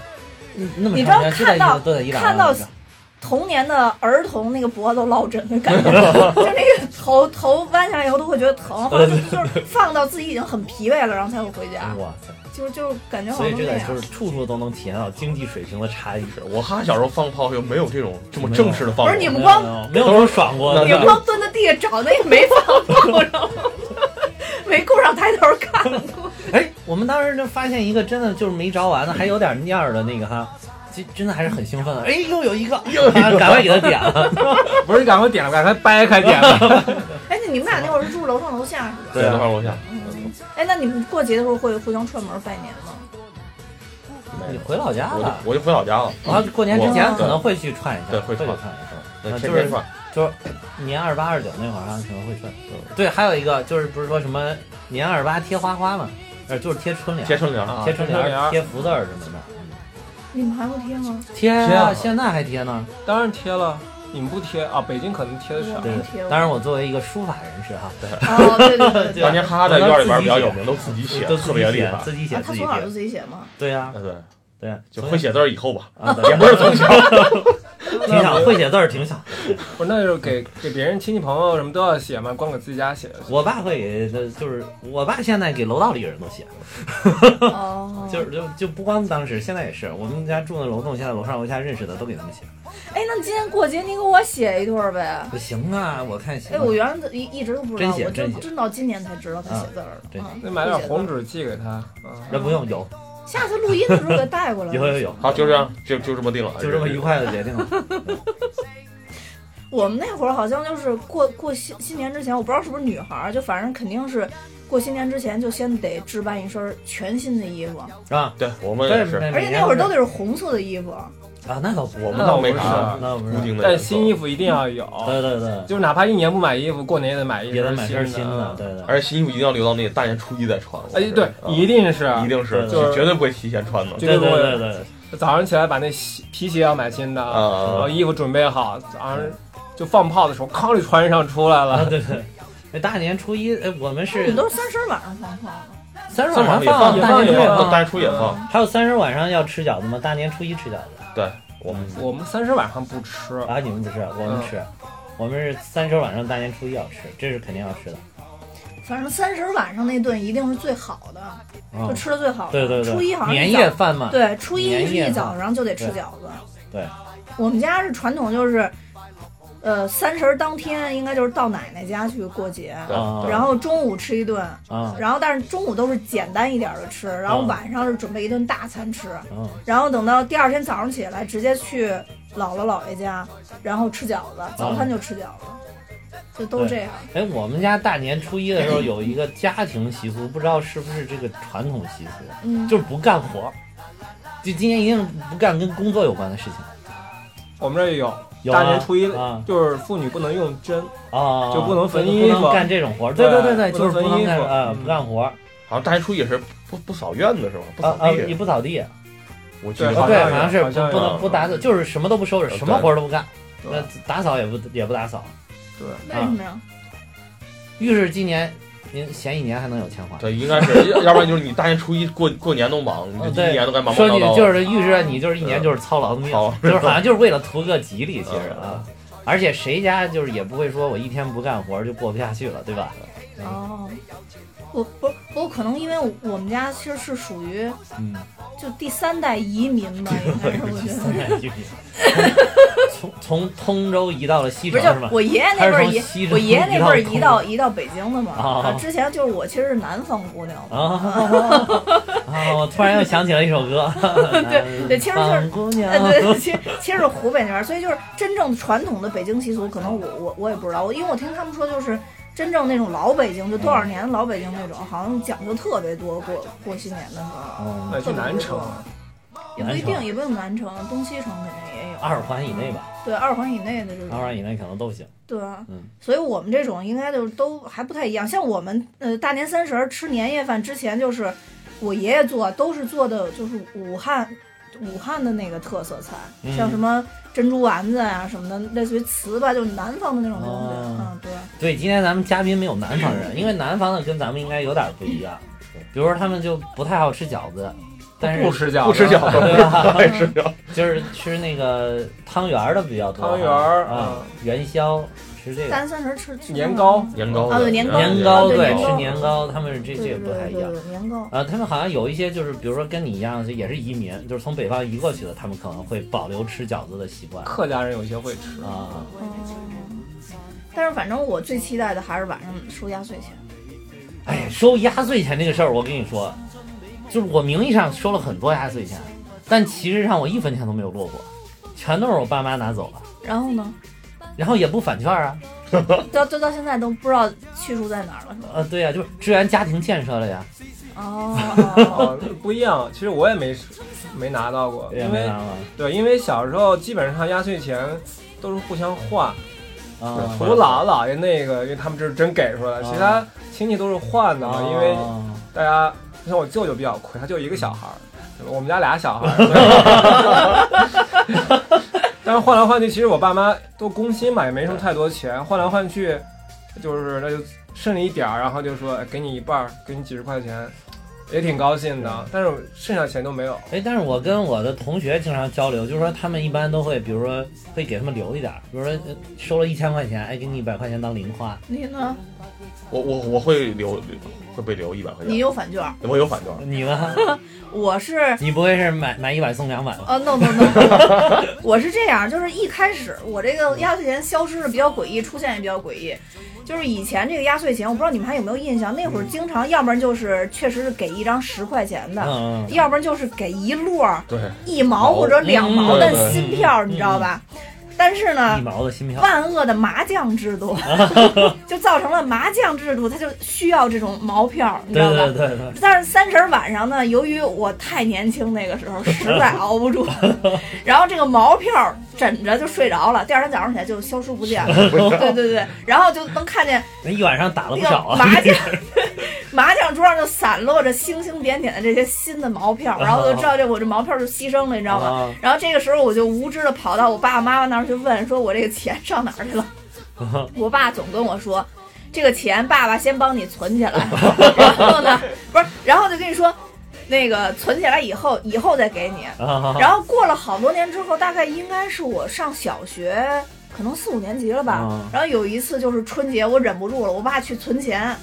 B: 嗯那么
A: 你
B: 长
A: 知道
B: 时间就
A: 看
B: 在一
A: 到
B: 都在一两万
A: 看到
B: 我知道，
A: 童年的儿童那个脖子都落枕的感觉， *laughs* 就那个头头弯下来以后都会觉得疼，或者
B: *laughs*
A: 就就是放到自己已经很疲惫了，然后才会回家，
B: 哇塞！
A: 就就感觉好
B: 所以
A: 像都
B: 这
A: 那
B: 个
A: 样
B: 就。是处处都能体验到经济水平的差异。
C: 我哈哈小时候放炮又没有这种这么正式的放
A: 不
C: 法，
A: 是你们光
B: 没有没有没有人爽过的，
A: 你光蹲在地下找那也没放炮仗，没顾上抬头看。
B: 哎，我们当时就发现一个真的就是没着完的，还有点蔫儿的那个哈，这真的还是很兴奋的。哎，又有一个，又赶快给他点了。
D: 不是你赶快点了，赶快掰开点了。
A: 哎，那你们俩那会儿是住楼上楼下是吧？
C: 对，
D: 对啊
C: 楼上楼下。
A: 哎，那你们过节的时候会互相串门拜年吗？
C: 没
B: *laughs* 你
C: 有
B: 回老家
C: 我
B: 了
C: 就，我就回老家了。
B: 然后过年之前
A: 我
B: 可能会去串一下，
C: 对
B: 会
C: 会
B: 去
C: 串
B: 串一
C: 对
B: 下，啊
C: 天
B: 就是
C: 天串，
B: 年二十八、二十九那会儿啊，可能会串。对，还有一个就是不是说什么年二十八贴花花嘛，呃，就是贴春联，
C: 贴春联，
D: 啊
B: 贴春
D: 贴春
B: 联、
D: 联
B: 贴福字儿什么的。嗯
A: 你们还会贴吗？
B: 贴
D: 贴
B: 啊，
D: 啊
B: 现在还贴呢。
D: 当然贴了，你们不贴啊？北京可能贴的少
A: 我。
B: 对
A: 不贴，
B: 当然我作为一个书法人士哈，
A: *laughs* 哦，对对对对
B: 啊
C: 当年哈哈在院里边比较有名，都自己写，
B: 都
C: 特别厉害。
B: 自己
A: 对。
B: 写
A: 啊，他
B: 自己
A: 从小就
B: 贴。
A: 自己写
B: *laughs*
A: 吗？
B: 对呀
C: 啊，对，
B: 对，
C: 就会写字儿以后吧，
B: 啊，
C: *laughs* 也不是从小。
B: 挺想会写字儿，挺想。对
D: 不是，那就是给给别人亲戚朋友什么都要写嘛，光给自己家写就行。
B: 我爸会给，就是我爸现在给楼道里人都写，
A: 哦，
B: 就是就就不光当时，现在也是。我们家住的楼栋，现在楼上楼下认识的都给他们写。
A: 哎，那你今天过节你给我写一对儿呗。
B: 不行啊，我看行
A: 哎，。我原来一一直都不知道，
B: 真写
A: 我就
B: 真写啊
A: 真到今年才知道他写字儿了。
B: 真写
A: 嗯
D: 那买点红，纸寄给他啊。
B: 那不用有，
A: 下次录音的时候给他带过来。
B: 有有有，
C: 好，就这样，就就这么定了，
B: 就这么愉。快的决定
A: *laughs*
B: 了。
A: 我们那会儿好像就是过过新新年之前，我不知道是不是女孩儿，就反正肯定是过新年之前就先得置办一身全新的衣服，
B: 是吧？
C: 对我们
B: 对，
C: 也是，
A: 而且那会儿都得是红色的衣服。
B: 啊，那倒不，
C: 我们
D: 那
C: 倒没
D: 不是
C: 啥
B: 那不
C: 固
B: 是，
C: 定的。
D: 但新衣服一定要有，
B: 对对对，
D: 就是哪怕一年不买衣服，过嗯年也得买一
B: 也得买身
D: 身
B: 新的，
D: 的。
B: 对对。
C: 而且新衣服一定要留到那个大年初一再穿。我
D: 哎，
C: 是
D: 对，
C: 啊
D: 一定是，
C: 一定是，
D: 就是
C: 绝对不会提前穿的
D: 就
B: 对对对对，
D: 早上起来把那鞋皮鞋要买新的，然
C: 啊
D: 后。衣服准备好，早上就放炮的时候，哐就穿上出来
B: 啊
D: 了。
B: 对对，那大年初一，哎，我们
A: 你
B: 是
A: 们都是三十晚上放炮的。
B: 三十
C: 正
B: 晚上
C: 好也放，
B: 放，
D: 也
B: 大
D: 放
B: 年初
D: 也
B: 一
D: 放
B: 放，嗯
C: 大年初一也放。
B: 还有三十晚上要吃饺子吗？大年初一吃饺子
C: 对，我们
D: 我们三十晚上不吃，
B: 啊？你们不吃，我
D: 嗯
B: 们吃，我们是三十晚上大年初一要吃，这是肯定要吃的。
A: 反正三十晚上那顿一定是最好的，
D: 嗯
B: 啊
A: 就，吃的最好的。
B: 对对对，
A: 初一好像
B: 年
A: 一早
B: 夜饭嘛，
A: 对，初一
B: 年夜
A: 一
B: 饭
A: 早上就得吃饺子。
B: 对对
A: 我们家是传统，就是，呃，三十儿当天应该就是到奶奶家去过节，
C: 对
B: 啊
A: 嗯然后中午吃一顿，
B: 啊，
A: 然后但是中午都是简单一点儿的吃，然后
B: 嗯
A: 晚上是准备一顿大餐吃，
B: 嗯，
A: 然后等到第二天早上起来直接去姥姥姥爷家，然后吃饺子，早餐就吃饺子，就都
B: 对
A: 这样。
B: 哎，我们家大年初一的时候有一个家庭习俗，不知道是不是这个传统习俗，
A: 嗯，
B: 就是不干活儿，就今年一定不干跟工作有关的事情。
D: 我们这儿有。
B: 有
D: 大年初一
B: 啊
D: 就是妇女不能用针，
B: 啊，
D: 就不能缝
B: 对
D: 衣服
B: 不能干这种活儿。对
D: 对
B: 对对，
D: 不
B: 就
D: 能
B: 是不
D: 缝
B: 能
D: 衣
B: 干
D: 服
B: 啊，
D: 嗯
B: 不干活儿
C: 好像大年初一也是不不扫院子是吧？不
B: 啊
C: 扫
B: 啊，
C: 地
B: 你，不扫地啊，
C: 我记
D: 对
C: 得
D: 好
B: 对，
D: 像
B: 好像是
D: 好像嗯呃
B: 不不能
C: 有
B: 不打扫，就是什么都不收拾，
C: 对
B: 什么活儿都不干，
D: 对
B: 那打扫也不也不打扫。
A: 为什么呀？
B: 预示今年您闲一年还能有钱花。
C: 对，应该是，要要不然就是你大年初一过过年都忙，你这
B: 哦对
C: 一年都该忙忙
B: 说
C: 叨
B: 你
C: 叨。
B: 就是预示你就是一年
C: 嗯
B: 就是操劳的命，
C: 好
B: 就是好像就是为了图个吉利，其实
C: 嗯
B: 啊，而且谁家就是也不会说我一天不干活儿就过不下去了，对吧？
A: 哦，我不是，我可能因为我们家其实是属于
B: 嗯，
A: 就第三代移民
B: *laughs*
A: 吧，应该是我觉得。
B: 从从通州移到了西
A: 不
B: 城
A: 是，就是
B: 吗？
A: 我爷爷那辈儿
B: 还是
A: 移
B: 从西，城
A: 我爷爷那辈儿移
B: 移
A: 到
B: 到
A: 移到北京的嘛。
B: 哦
A: 啊，之前就是我其实是南方姑娘嘛。
B: 啊啊！我突然又想起了一首歌，
A: 对对其实就是
B: 南方姑
A: 哎，
B: 娘，
A: *laughs* 对，其实其实是湖北那边儿，所以就是真正传统的北京习俗，可能我我我也不知道，因为我听他们说就是真正那种老北京，就多少年老北京那种，好像讲究特别多，过过新年的时候，
B: 嗯
D: 那去南城，
A: 也不一
B: 南
A: 定，
B: 城
A: 也不用南城，东西城肯定也有，
B: 二环以内吧，
A: 对，二环以内的这
B: 二
A: 种，
B: 环以内可能都行。
A: 对啊
B: 嗯，
A: 所以我们这种应该就是都还不太一样，像我们呃大年三十儿吃年夜饭之前，就是我爷爷做，都是做的就是武汉武汉的那个特色菜，
B: 嗯
A: 像什么珍珠丸子呀、什么的，类似于糍粑，就是南方的那种东西。
B: 哦
A: 嗯，对，
B: 对，今天咱们嘉宾没有南方人，因为南方的跟咱们应该有点不一样，比如说他们就不太好吃饺子，但是
D: 不吃
C: 不
D: 饺子，
C: 吃饺
B: *laughs*
C: 子，
B: 对吧？
C: 不爱吃饺子。
B: 就是吃那个汤圆儿的比较多，
D: 汤圆儿
B: 啊
D: 嗯，
B: 元宵吃这
A: 大
B: 个，
A: 年三十儿吃吃
D: 年
A: 什么
D: 糕
C: 年糕
A: 啊对年糕
B: 年
A: 糕对
B: 对
A: 年
B: 吃
A: 糕
B: 年糕，他们这
A: 对
B: 这
A: 对
B: 也不太
A: 对
B: 一样
A: 对，。年糕。
B: 啊，他们好像有一些就是，比如说跟你一样，就也是移民，就是从北方移过去的，他们可能会保留吃饺子的习惯
D: 客家人有些会吃，
B: 啊。
A: 嗯但是反正我最期待的还是晚上收压岁钱。
B: 哎，收压岁钱这个事儿，我跟你说，就是我名义上收了很多压岁钱，但其实上我一分钱都没有落过，全都是我爸妈拿走了，
A: 然后呢，
B: 然后也不返券啊，
A: 到就到现在都不知道去处在哪儿了，是吧？
B: 呃，对呀、就是支援家庭建设了呀， *laughs*
A: 哦，
D: 哦，不一样。其实我也没没拿到过，
B: 也
D: 因
B: 没
D: 为
B: 拿了
D: 对，因为小时候基本上压岁钱都是互相换，
B: 啊
C: 对
D: 我姥姥姥爷那个，因为他们这是真给出来的，
B: 啊
D: 其他亲戚都是换的嘛，因为
B: 啊
D: 大家像我舅舅比较亏，他就一个小孩儿，我们家俩小孩儿。 *laughs* 但是换来换去，其实我爸妈都工薪嘛，也没什么太多钱，换来换去，就是那就剩了一点儿，然后就说哎给你一半儿，给你几十块钱，也挺高兴的。但是我剩下钱都没有，
B: 哎，但是我跟我的同学经常交流，就是说他们一般都会，比如说会给他们留一点儿，比如说呃收了一千块钱，哎，给你一百块钱当零花，
A: 你呢？
C: 我我我会留，会被留一百块
A: 你
C: 钱，
A: 有返券？
C: 我有返券。
B: 你呢？
A: 我是
B: *laughs* 你不会是买买一百送两百吧？
A: 呃、n o no no，我是这样，就是一开始我这个压岁钱消失的比较诡异，出现也比较诡异。就是以前这个压岁钱，我不知道你们还有没有印象，那会儿经常，要不然就是确实是给一张十块钱的，
B: 嗯，嗯
A: 要不然就是给一摞儿
B: *laughs*
C: 对，
A: 一毛或者两毛
C: 嗯
A: 的
C: 对对
A: 新票儿，你知道吧？但是呢，
B: 嗯一毛的新票，
A: 万恶的麻将制度， *laughs* 就造成了麻将制度，它就需要这种毛票，你知
B: 对
A: 道吧？
B: 对对对，
A: 但是三十儿晚上呢，由于我太年轻，那个时候实在熬不住，然后这个毛票儿枕着就睡着了，第二天早上起来就消失不见了。
C: *laughs*
A: 对对对，然后就能看见
B: 那一晚上打
A: 那
B: 了不少
A: 个
B: 啊。
A: 麻将，麻将桌上就散落着星星点点的这些新的毛票，然后就知道这我这毛票就牺牲了，你知道吗？
B: 啊，
A: 然后这个时候我就无知的跑到我爸爸妈妈那儿去问，说我这个钱上哪儿去了？
B: 啊
A: 我爸总跟我说，这个钱爸爸先帮你存
B: *laughs*
A: 起来，然后呢，不是，然后就跟你说，那个存起来以后，以后再给你。
B: *laughs* 啊
A: 然后过了好多年之后，大概应该是我上小学，可能四五年级了吧。
B: 嗯
A: 然后有一次就是春节，我忍不住了，我爸去存钱，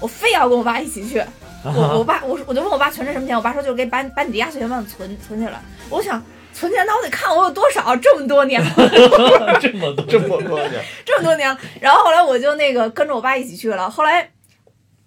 A: 我非要跟我爸一起去。我我爸我我就问我爸存着什么钱，我爸说就是给把你把你的压岁钱帮我存存起来。我想存钱，那我得看我有多少，这么多年了
B: *laughs* 这么多，
C: 这么多年，
A: 这么多年了。然后后来我就那个跟着我爸一起去了。后来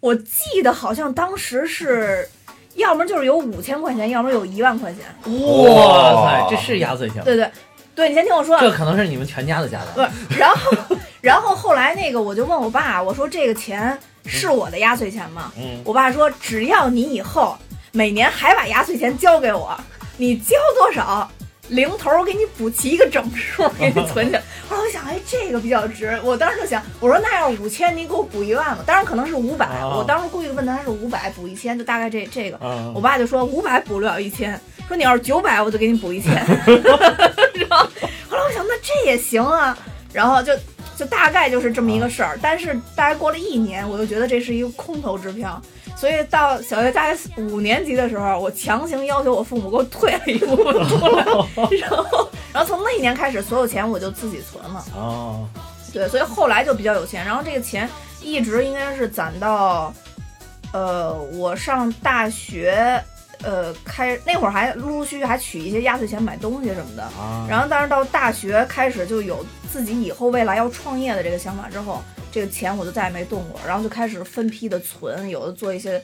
A: 我记得好像当时是，要么就是有五千块钱，要么有一万块钱。
B: *laughs* 哇塞，这是压岁钱吗，
A: 对对对，你先听我说啊，
B: 这可能是你们全家的家
A: 不
B: 当。
A: 是，然后然后后来那个我就问我爸，我说这个钱是我的压岁钱吗？
B: 嗯，
A: 我爸说只要你以后每年还把压岁钱交给我，你交多少？零头儿我给你补齐一个整数，给
B: *laughs*
A: 你存起来。后来我想，哎，这个比较值。我当时就想，我说那要五千，你给我补一万吧。当然可能是五百、
B: 啊
A: 我当时故意问他是五百补一千，就大概这这个。
B: 啊
A: 我，爸就说五百补不了一千，说你要是九百我就给你补一千。然后后来我想那这也行啊，然后就就大概就是这么一个事儿。但是大概过了一年，我就觉得这是一个空头支票，所以到小学大概五年级的时候，我强行要求我父母给我退了一部分 *laughs* 出来，然后然后从那一年开始，所有钱我就自己存了。
B: 哦，
A: 对，所以后来就比较有钱，然后这个钱一直应该是攒到，呃，我上大学，呃，开那会儿还陆陆续续还取一些压岁钱买东西什么的，
B: 啊，
A: 然后但是到大学开始就有自己以后未来要创业的这个想法之后，这个钱我就再也没动过，然后就开始分批的存，有的做一些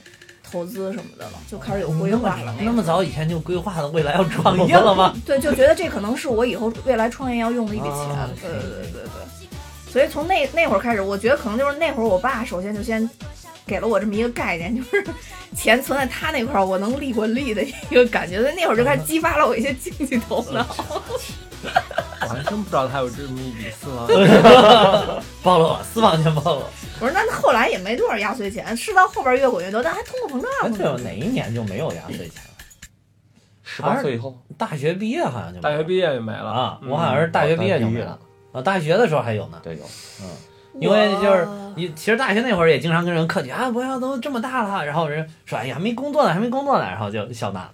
A: 投资什么的了，就开始有规
B: 嗯那
A: 划
B: 么
A: 了。
B: 那么早以前就规划了未来要创业了 *laughs* 吗？
A: 对，就觉得这可能是我以后未来创业要用的一笔钱。
B: 啊
A: 对对对对对。所以从那那会儿开始，我觉得可能就是那会儿，我爸首先就先给了我这么一个概念，就是钱存在他那块儿，我能利滚利的一个感觉。所以那会儿就开始激发了我一些经济头脑。
B: 嗯
D: 我还真不知道他有这么一笔私房
B: 暴露了，私房钱暴露了。
A: 我说那后来也没多少压岁钱，是到后边越滚越多，但还通货膨
B: 哎，
A: 胀
B: 对
A: 了
B: 了，。哪一年就没有压岁钱了？
C: 十八岁以后，
B: *laughs* 大学毕业好像就没有
D: 大学毕业就没了
B: 啊，
D: 嗯
B: 我好像是大学毕业就没了。啊，大学的时候还有呢，
C: 对有
B: 因为就是
A: 哇
B: 你其实大学那会儿也经常跟人客气啊，不要都这么大了，然后人说哎呀没工作呢，还没工作呢，然后就笑纳了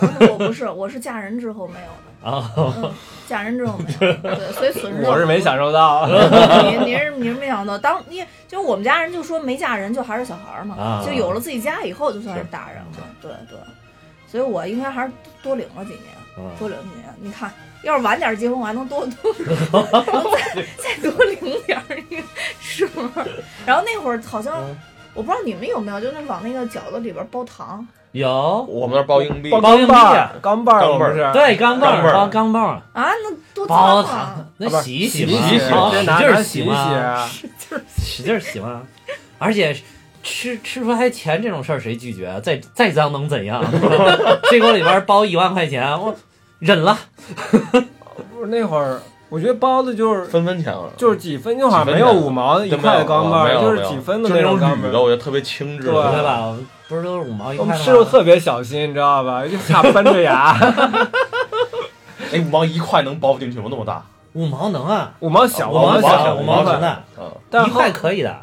B: *laughs*
A: 我不是，我是嫁人之后没有的，
B: 啊。
A: 嗯，嫁人之后没有，对，所以损失就
D: 我是没享受到，
B: *laughs*
A: 你你是你是没想到，当你就我们家人就说没嫁人就还是小孩儿嘛，
B: 啊
A: 就有了自己家以后就算是大人了，对对。所以我应该还是多领了几年，
B: 嗯
A: 多领了几年。你看，要是晚点结婚，我还能多多
B: *laughs*
A: 再再多领点儿，你说是不是？然后那会儿好像
B: 嗯
A: 我不知道你们有没有，就那往那个饺子里边包糖，
B: *laughs* 有
C: 我们那儿包硬币，
B: 包硬币啊
D: 儿，钢镚儿，
C: 钢
D: 我
C: 镚儿
D: 们是，
B: 对钢镚
C: 钢镚
B: 儿
C: 儿
B: 包钢镚儿
A: 啊，那多
B: 包
A: 脏
B: 糖
A: 啊！，
B: 那
D: 啊不是
B: 洗一洗
D: 洗
B: 嘛，
D: 洗，直
B: 好
D: 接
B: 使
D: 拿
B: 劲儿
D: 拿
B: 洗
D: 一洗
B: 嘛，
D: 啊，
B: *laughs* 使劲儿洗嘛，而且。吃吃出还钱这种事儿谁拒绝啊？再再脏能怎样？ *laughs* 这锅里边包一万块钱，我忍了。
D: 不是那会儿，我觉得包的就是
C: 分分钱啊，
D: 就是几分，就好像
C: 几分
D: 没有
C: 钱
D: 五毛一
C: 真
D: 块的钢镚
C: 没
D: 儿，
C: 有
D: 就
C: 没
D: 是
C: 有
D: 几分的
C: 就是那
D: 种钢
C: 种
D: 镚
C: 铝的，我
D: 儿。
C: 觉得特别轻质。
D: 对
B: 不对
D: *laughs*
B: 吧？不是都是五毛一
D: 我
B: 块
D: 们
B: 吗？
D: 吃的特别小心，你知道吧？就怕 *laughs* 翻着牙。
C: 哎，五毛一块能包进去吗？那么大？
B: 五毛能啊，
D: 五毛小，
B: 五
C: 毛
D: 毛
B: 毛
C: 小
B: 五
C: 五
B: 毛
C: 毛小
D: 小
B: 能的，
C: 嗯，
D: 但
B: 一
D: 后
B: 块可以的，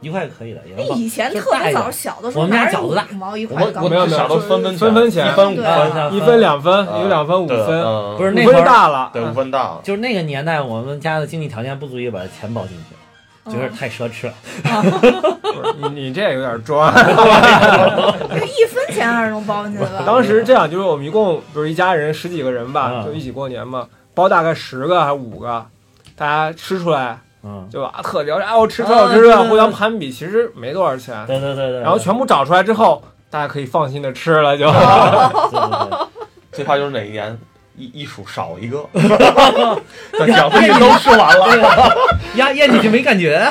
B: 一块可以的，也
A: 那
B: 能包。
A: 以前
B: 就是
A: 特
B: 大
A: 别
B: 一
A: 早
B: 点
A: 小的时
B: 我
A: 候
B: 们家
A: 哪
B: 饺
A: 有
B: 子大
A: 五毛一
C: 我
A: 块
C: 们
A: 的
C: 我
A: 钢
D: 没
A: 镚
D: 有
A: 儿？
D: 没有
C: 小时候分
D: 分
C: 钱，
D: 分钱
C: 一分五
A: 对
C: 分，
D: 一
B: 分
D: 分两分，
C: 啊
D: 有两分五
C: 对
D: 分，
C: 嗯
B: 不是
D: 五
B: 那
D: 分
B: 会儿
D: 大了，
C: 对五
D: 嗯
C: 分大了。
B: *laughs* 就是那个年代，我们家的经济条件不足以把钱包进去，觉得
A: 嗯
B: 太奢侈了。
D: 不是你你这有点装。
C: *laughs*
A: *laughs* 就一分钱还是能包进去的吧？
D: *laughs* 当时这样，就是我们一共，比如一家人十几个人吧，
B: 嗯
D: 就一起过年嘛，包大概十个还是五个，大家吃出来
B: 嗯，
D: 就啊特聊，哎我吃这
B: 啊
D: 我吃这
B: 对，
D: 互相攀比，其实没多少钱。
B: 对对对对。
D: 然后全部找出来之后，大家可以放心的吃
B: *laughs*
D: 了，就
B: 对对对
C: 最怕就是哪一年一一数少一
B: *laughs*
C: 个，但两份都吃完了。
B: 压
C: *laughs*
B: 压进去没感觉，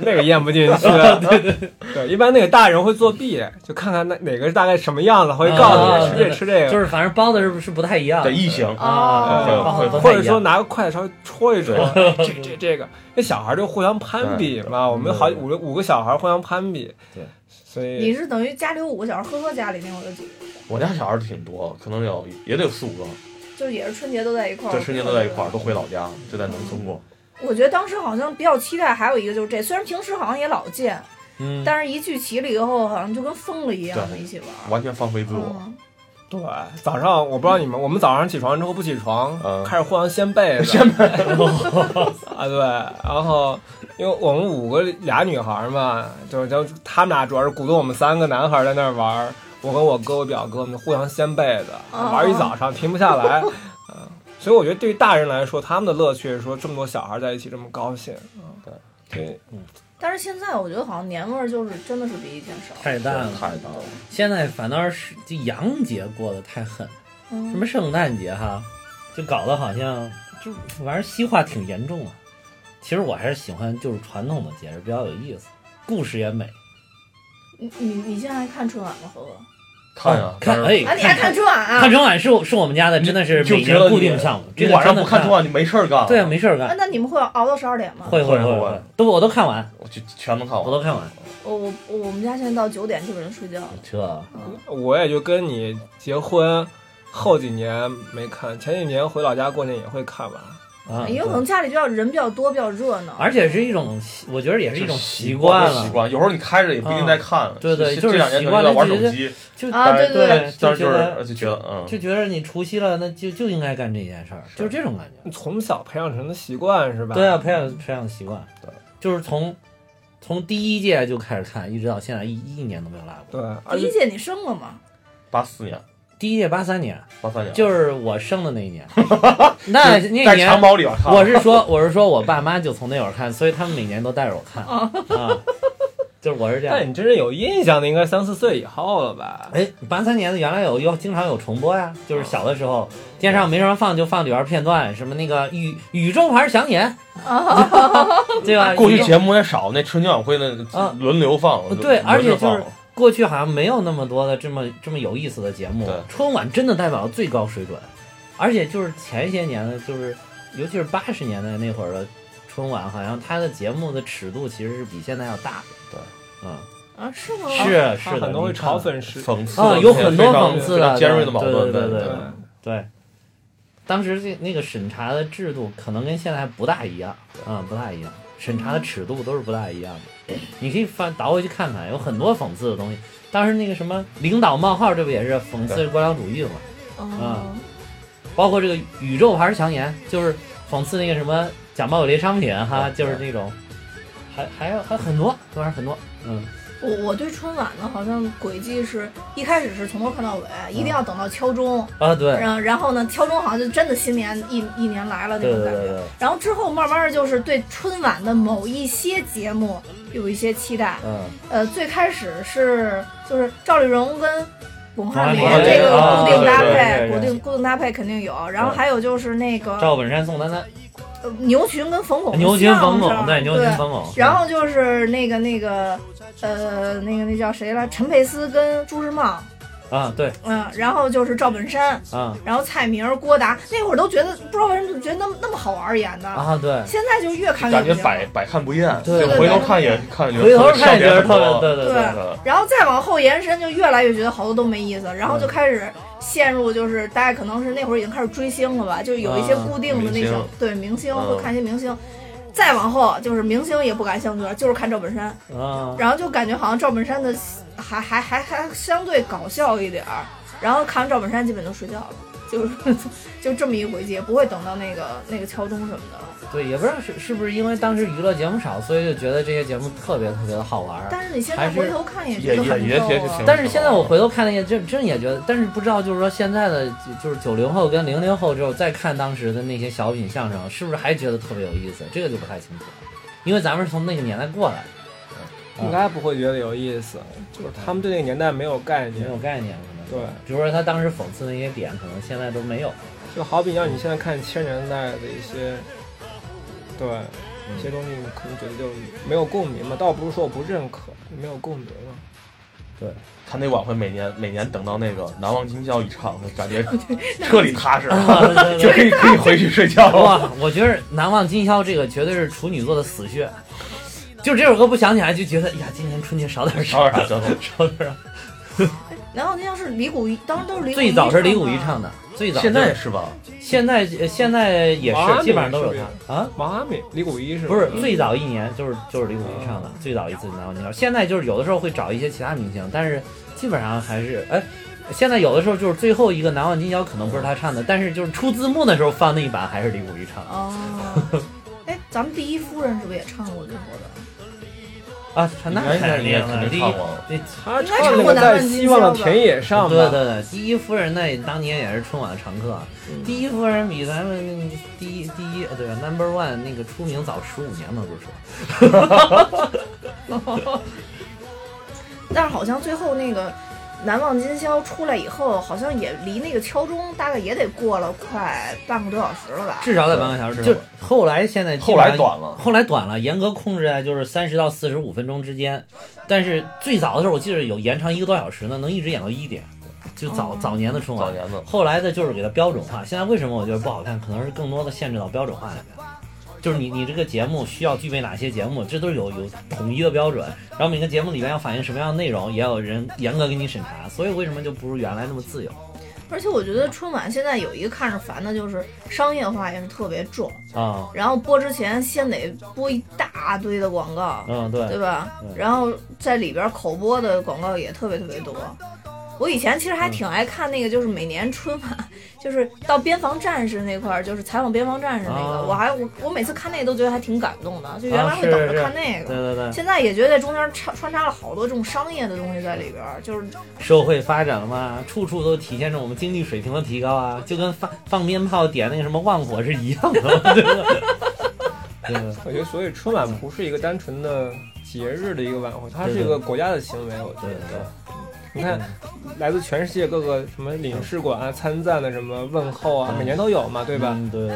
D: 那个咽不进
B: *laughs*
D: 去。对对 *laughs* 对，一般那个大人会作弊，就看看那哪个是大概什么样子，会告
B: 啊
D: 诉你吃
B: 对
D: 这吃这
B: *laughs* 就
D: 个，
B: 是反正包的是不是不太一样
C: 对，异
A: 哦
C: 形，
B: 啊？
D: 对
B: 对包的不
D: 或
B: 太
D: 者
B: 一
D: 说
B: 样。
D: 拿个筷子稍微戳一戳，
C: 对
D: 这这这个，那小孩就互相攀比嘛，我们好五个五个小孩互相攀比，
B: 对，
D: 所
A: 你
D: 以
A: 是等于家里有五个小孩，呵呵家里那会儿有几个，
C: 我家小孩儿挺多，可能有也得有四五个，
A: 就是也是春节都在一块儿，
C: 这春节都在一块儿，都回老家，就在农村过。
A: 我觉得当时好像比较期待，还有一个就是这，虽然平时好像也老见，
B: 嗯，
A: 但是一聚齐了以后，好像就跟疯了一样
C: 对
A: 一起玩儿。
C: 完全放飞自我，
A: 嗯，
D: 对早上我不知道你们，我们早上起床之后不起床，
C: 嗯
D: 开始互相掀被子，
C: 先
D: 啊，对，然后因为我们五个俩女孩嘛，就是就他们俩主要是鼓动我们三个男孩在那儿玩儿，我跟我哥我表哥我们互相掀被子，
A: 哦
D: 玩一早上停不下来，嗯，所以我觉得对于大人来说，他们的乐趣是说这么多小孩在一起这么高兴，嗯，对，
A: 但是现在我觉得好像年味儿就是真的是比以前少。
B: 太淡了。
C: 太大了，
B: 现在反倒是就洋节过得太狠，什
A: 嗯，
B: 么圣诞节哈，就搞得好像就玩意儿西化挺严重啊。其实我还是喜欢就是传统的节日比较有意思，故事也美。
A: 你你你现在还看春晚吗？呵呵
C: 看呀，
B: 看
C: 但是
B: 哎，
A: 啊，你还看春晚啊？
B: 看春晚是我是我们家的，真的是
C: 就
B: 每
C: 觉得
B: 年
C: 你
B: 固定项目。这
C: 你
B: 个
C: 晚上
B: 真的
C: 不看春晚你没事儿干。
B: 对啊，没事儿
A: 啊
B: 干，
A: 那你们会熬到十二点吗？
B: 会会
C: 会
B: 会
C: 会
B: 会，都我都看完，
C: 我就全能看
B: 我
C: 完。
B: 都看完。
A: 我我我我们家现在到九点基本上睡觉了。
B: 这
A: 嗯
D: 我也就跟你结婚后几年没看，前几年回老家过年也会看吧，
B: 啊，
A: 也有可能家里比较人比较多，比较热闹。
B: 而且是一种习，我觉得也是一种习
C: 习
B: 惯
C: 习
B: 了。嗯
C: 惯。有时候你开着也不一定在看。
B: 对对
C: 这
B: 就是
C: 这两年
B: 习
C: 可
B: 惯
C: 能在玩
B: 就
C: 手
B: 觉得
C: 机，
B: 就
A: 啊对对对
B: 就觉
C: 但是就是
B: 得
C: 就觉得嗯，
B: 就觉得你除夕了，那就就应该干这件事儿，
C: 是
B: 就是这种感觉。
D: 从小培养成的习惯是吧？
B: 对啊，培养培养习惯，
C: 对，
B: 就是从从第一届就开始看，一直到现在一一年都没有落过。
D: 对，而
A: 第一
D: 且
A: 届你生了吗？
C: 八四年、
B: 第一届八三年，
C: 八三年，
B: 就是我生的那一年，那那
C: 啊在
B: 年
C: 襁褓里边看。
B: 我是说我是说我爸妈就从那会儿看，所以他们每年都带着我看啊，就是我是这样。
D: 但你真正有印象的应该三四岁以后了吧？
B: 哎，八三年的原来有有经常有重播呀，就是小的时候电视上没什么放，就放里边片段，什么那个宇宇宙牌祥年，对吧？
C: 哦 *laughs* 过去
B: 宇宙
C: 节目也少，那春节晚会那
B: 哎啊
C: 轮流放，
B: 对
C: 轮
B: 而且
C: 轮着放
B: 就是过去好像没有那么多的这么这么有意思的节目
C: 对，
B: 春晚真的代表了最高水准，而且就是前些年的，就是尤其是八十年代那会儿的春晚，好像它的节目的尺度其实是比现在要大的。对，嗯，
A: 啊，是吗？
C: 哦
B: 是
D: 他
B: 是的，
D: 很多会
B: 你看
D: 嘲讽是，
C: 讽刺
B: 啊，
C: 的
B: 有
C: 非
B: 很多
C: 常
B: 讽刺
C: 非常
B: 的
C: 尖锐的矛盾，
B: 对对
C: 对
D: 对
B: 对。当时这那个审查的制度可能跟现在不大一样，嗯，不大一样，审查的尺度都是不大一样的。你可以翻倒回去看看，有很多讽刺的东西。当时那个什么领导冒号，这不也是讽刺
C: 对
B: 官僚主义的吗？啊
A: 嗯，
B: 包括这个宇宙牌强言，就是讽刺那个什么假冒伪劣商品哈，啊就
C: 对
B: 是那种，还还有还有很多，当然很多，嗯，
A: 我我对春晚呢，好像轨迹是一开始是从头看到尾，一定要等到敲钟，
B: 啊，嗯对，
A: 然后然后呢，敲钟好像就真的新年一一年来了那
B: 对
A: 种
B: 对
A: 感
B: 对
A: 觉。
B: 对，
A: 然后之后慢慢的就是对春晚的某一些节目有一些期待。
B: 嗯，
A: 呃，最开始是就是赵丽蓉跟巩汉林
B: 巩汉
C: 林
A: 这个
C: 啊
A: 固定搭
C: 对
B: 对
C: 对
A: 配，
B: 对
A: 固定固定搭配肯定有。然后还有就是那个
B: 赵本山、宋丹丹、
A: 呃牛群跟冯巩，
B: 牛群、冯巩，
A: 对
B: 对，牛群、冯巩，
A: 然后就是那个那个，呃，那个那叫谁来？陈佩斯跟朱时茂，
B: 啊，对，
A: 嗯，然后就是赵本山，
B: 啊
A: 然后蔡明、郭达，那会儿都觉得不知道为什么就觉得那么那么好玩儿演的，
B: 啊，对，
A: 现在就越看越
C: 感觉
A: 无聊
C: 百百看不厌，
B: 对
C: 就回头看也看觉得
B: 回头看
C: 笑
B: 也觉
C: 点
B: 得
C: 很
B: 特别，
C: 多。
B: 对对对，
C: 对
A: 然后再往后延伸，就越来越觉得好多都没意思，然后
C: 嗯
A: 就开始陷入就是大家可能是那会儿已经开始追星了吧，就有一些固定的那
C: 嗯明
A: 种、
C: 星
A: 对明星
C: 嗯
A: 会看一些明星。再往后就是明星也不感兴趣了，就是看赵本山，
B: 啊，
A: 然后就感觉好像赵本山的还还还还相对搞笑一点儿，然后看完赵本山基本就睡觉了，就是 *laughs* 就这么一回也不会等到那个那个敲钟什么的了。
B: 对，也不知道是是不是因为当时娱乐节目少，所以就觉得这些节目特别特别的好玩儿。
A: 但是你现
B: 还
A: 在
B: 是
A: 回头看也
C: 也
A: 觉得
C: 也
A: 很
C: 也
A: 逗
C: 也
A: 啊
C: 挺
B: 但是现在我回头看那些，真真也觉得，但是不知道就是说现在的就是九零后跟零零后之后再看当时的那些小品相声，是不是还觉得特别有意思？这个就不太清楚了，因为咱们是从那个年代过来的，嗯
D: 应该不会觉得有意思，就是他们对那个年代没有概
B: 没
D: 念。
B: 有概念可能。
D: 对，
B: 比如说他当时讽刺那些点，可能现在都没
D: *laughs*
B: 有。 *laughs*
D: 就好比让你现在看七十年代的一些，对
B: 嗯
D: 一些东西，你可能觉得就没有共鸣嘛。倒不是说我不认可，没有共鸣了。
C: 他那晚会每年每年等到那个难忘今宵一唱，就
B: *laughs*
C: 感觉彻底踏实了，就可以可以回去睡觉 *laughs* 了。
B: 啊 *laughs* 哇，我觉得《难忘今宵》这个绝对是处女座的死穴，就这首歌不想起来就觉得，哎呀，今年春节少点事
C: 少
B: 儿
C: 点
B: 啊，
C: 啥折
B: *laughs*
C: 腾？
B: 少点事儿啊。
A: 然后那像是李谷一，当时都是李谷一
B: 最早是李谷一
A: 的
B: 唱的，最早
C: 现在
B: 就
C: 也是吧？
B: 现在呃现在也
D: 王安
B: 是，
D: 敏
B: 基本上都有
D: 是不
B: 他啊。
D: 毛阿敏、李谷一是吧
B: 不是最早一年就是就是李谷一唱的，最早一次拿你知道，现在就是有的时候会找一些其他明星，但是基本上还是哎。现在有的时候就是最后一个《难忘今宵》可能不是他唱的，但是就是出字幕的时候放那一版还是李谷一唱的
A: 哦，哎，咱们第一夫人是不是也唱过这首歌
B: 啊，唱那
C: 应该
B: 肯
C: 你也
B: 定
C: 肯
B: 了，
C: 定
B: 第一
C: 唱过了。
B: 第
D: 他
A: 应该
D: 唱
A: 唱
D: 那
A: 过
D: 个
A: 南
D: 在
A: 方
D: 希
A: 今
D: 望的
A: 宵吧
D: 田野上
B: 对
D: 吧，
B: 对对，第一夫人那当年也是春晚的常客，第一夫人比咱们第一第一呃对吧，Number One 那个出名早十五年嘛，不是说
A: 的？但是好像最后那个《难忘今宵》出来以后，好像也离那个敲钟大概也得过了快半个多小时了吧？
B: 至少得半个小时。就后来现在基
C: 后
B: 本上
C: 来短了，
B: 后来短了，严格控制在就是三十到四十五分钟之间。但是最早的时候，我记得有延长一个多小时呢，能一直演到一点，就早、
A: 哦
B: 早年的春
C: 早
B: 晚。
C: 年的。
B: 后来的就是给它标准化。现在为什么我觉得不好看，可能是更多的限制到标准化里面。就是你你这个节目需要具备哪些节目，这都是有有统一的标准。然后每个节目里面要反映什么样的内容，也有人严格给你审查。所以为什么就不如原来那么自由？
A: 而且我觉得春晚现在有一个看着烦的，就是商业化也是特别重，
B: 啊，
A: 然后播之前先得播一大堆的广告，
B: 嗯，对，
A: 对吧
B: 嗯？
A: 然后在里边口播的广告也特别特别多。我以前其实
B: 嗯
A: 还挺爱看那个，就是每年春晚，就是到边防战士那块儿，就是采访边防战士那个，
B: 啊
A: 我还我我每次看那个都觉得还挺感动的，就原
B: 啊
A: 来会
B: 是
A: 等着
B: 是
A: 看那
B: 对
A: 个。
B: 对对，
A: 现在也觉得在中间穿穿插了好多这种商业的东西在里边儿，就是
B: 社会发展了嘛，处处都体现着我们经济水平的提高啊，就跟放放鞭炮点那个什么旺火是一样的，对 *laughs* 吧？对吧？
D: 我觉得，所以春晚不是一个单纯的节日的一个晚会，它是一个国家的行为。我觉
B: 对
D: 得，
B: 对
D: 你看，来自全世界各个什么领事馆啊、参赞的什么问候啊，
B: 嗯
D: 每年都有嘛，对
B: 对
D: 吧？
B: 嗯，对。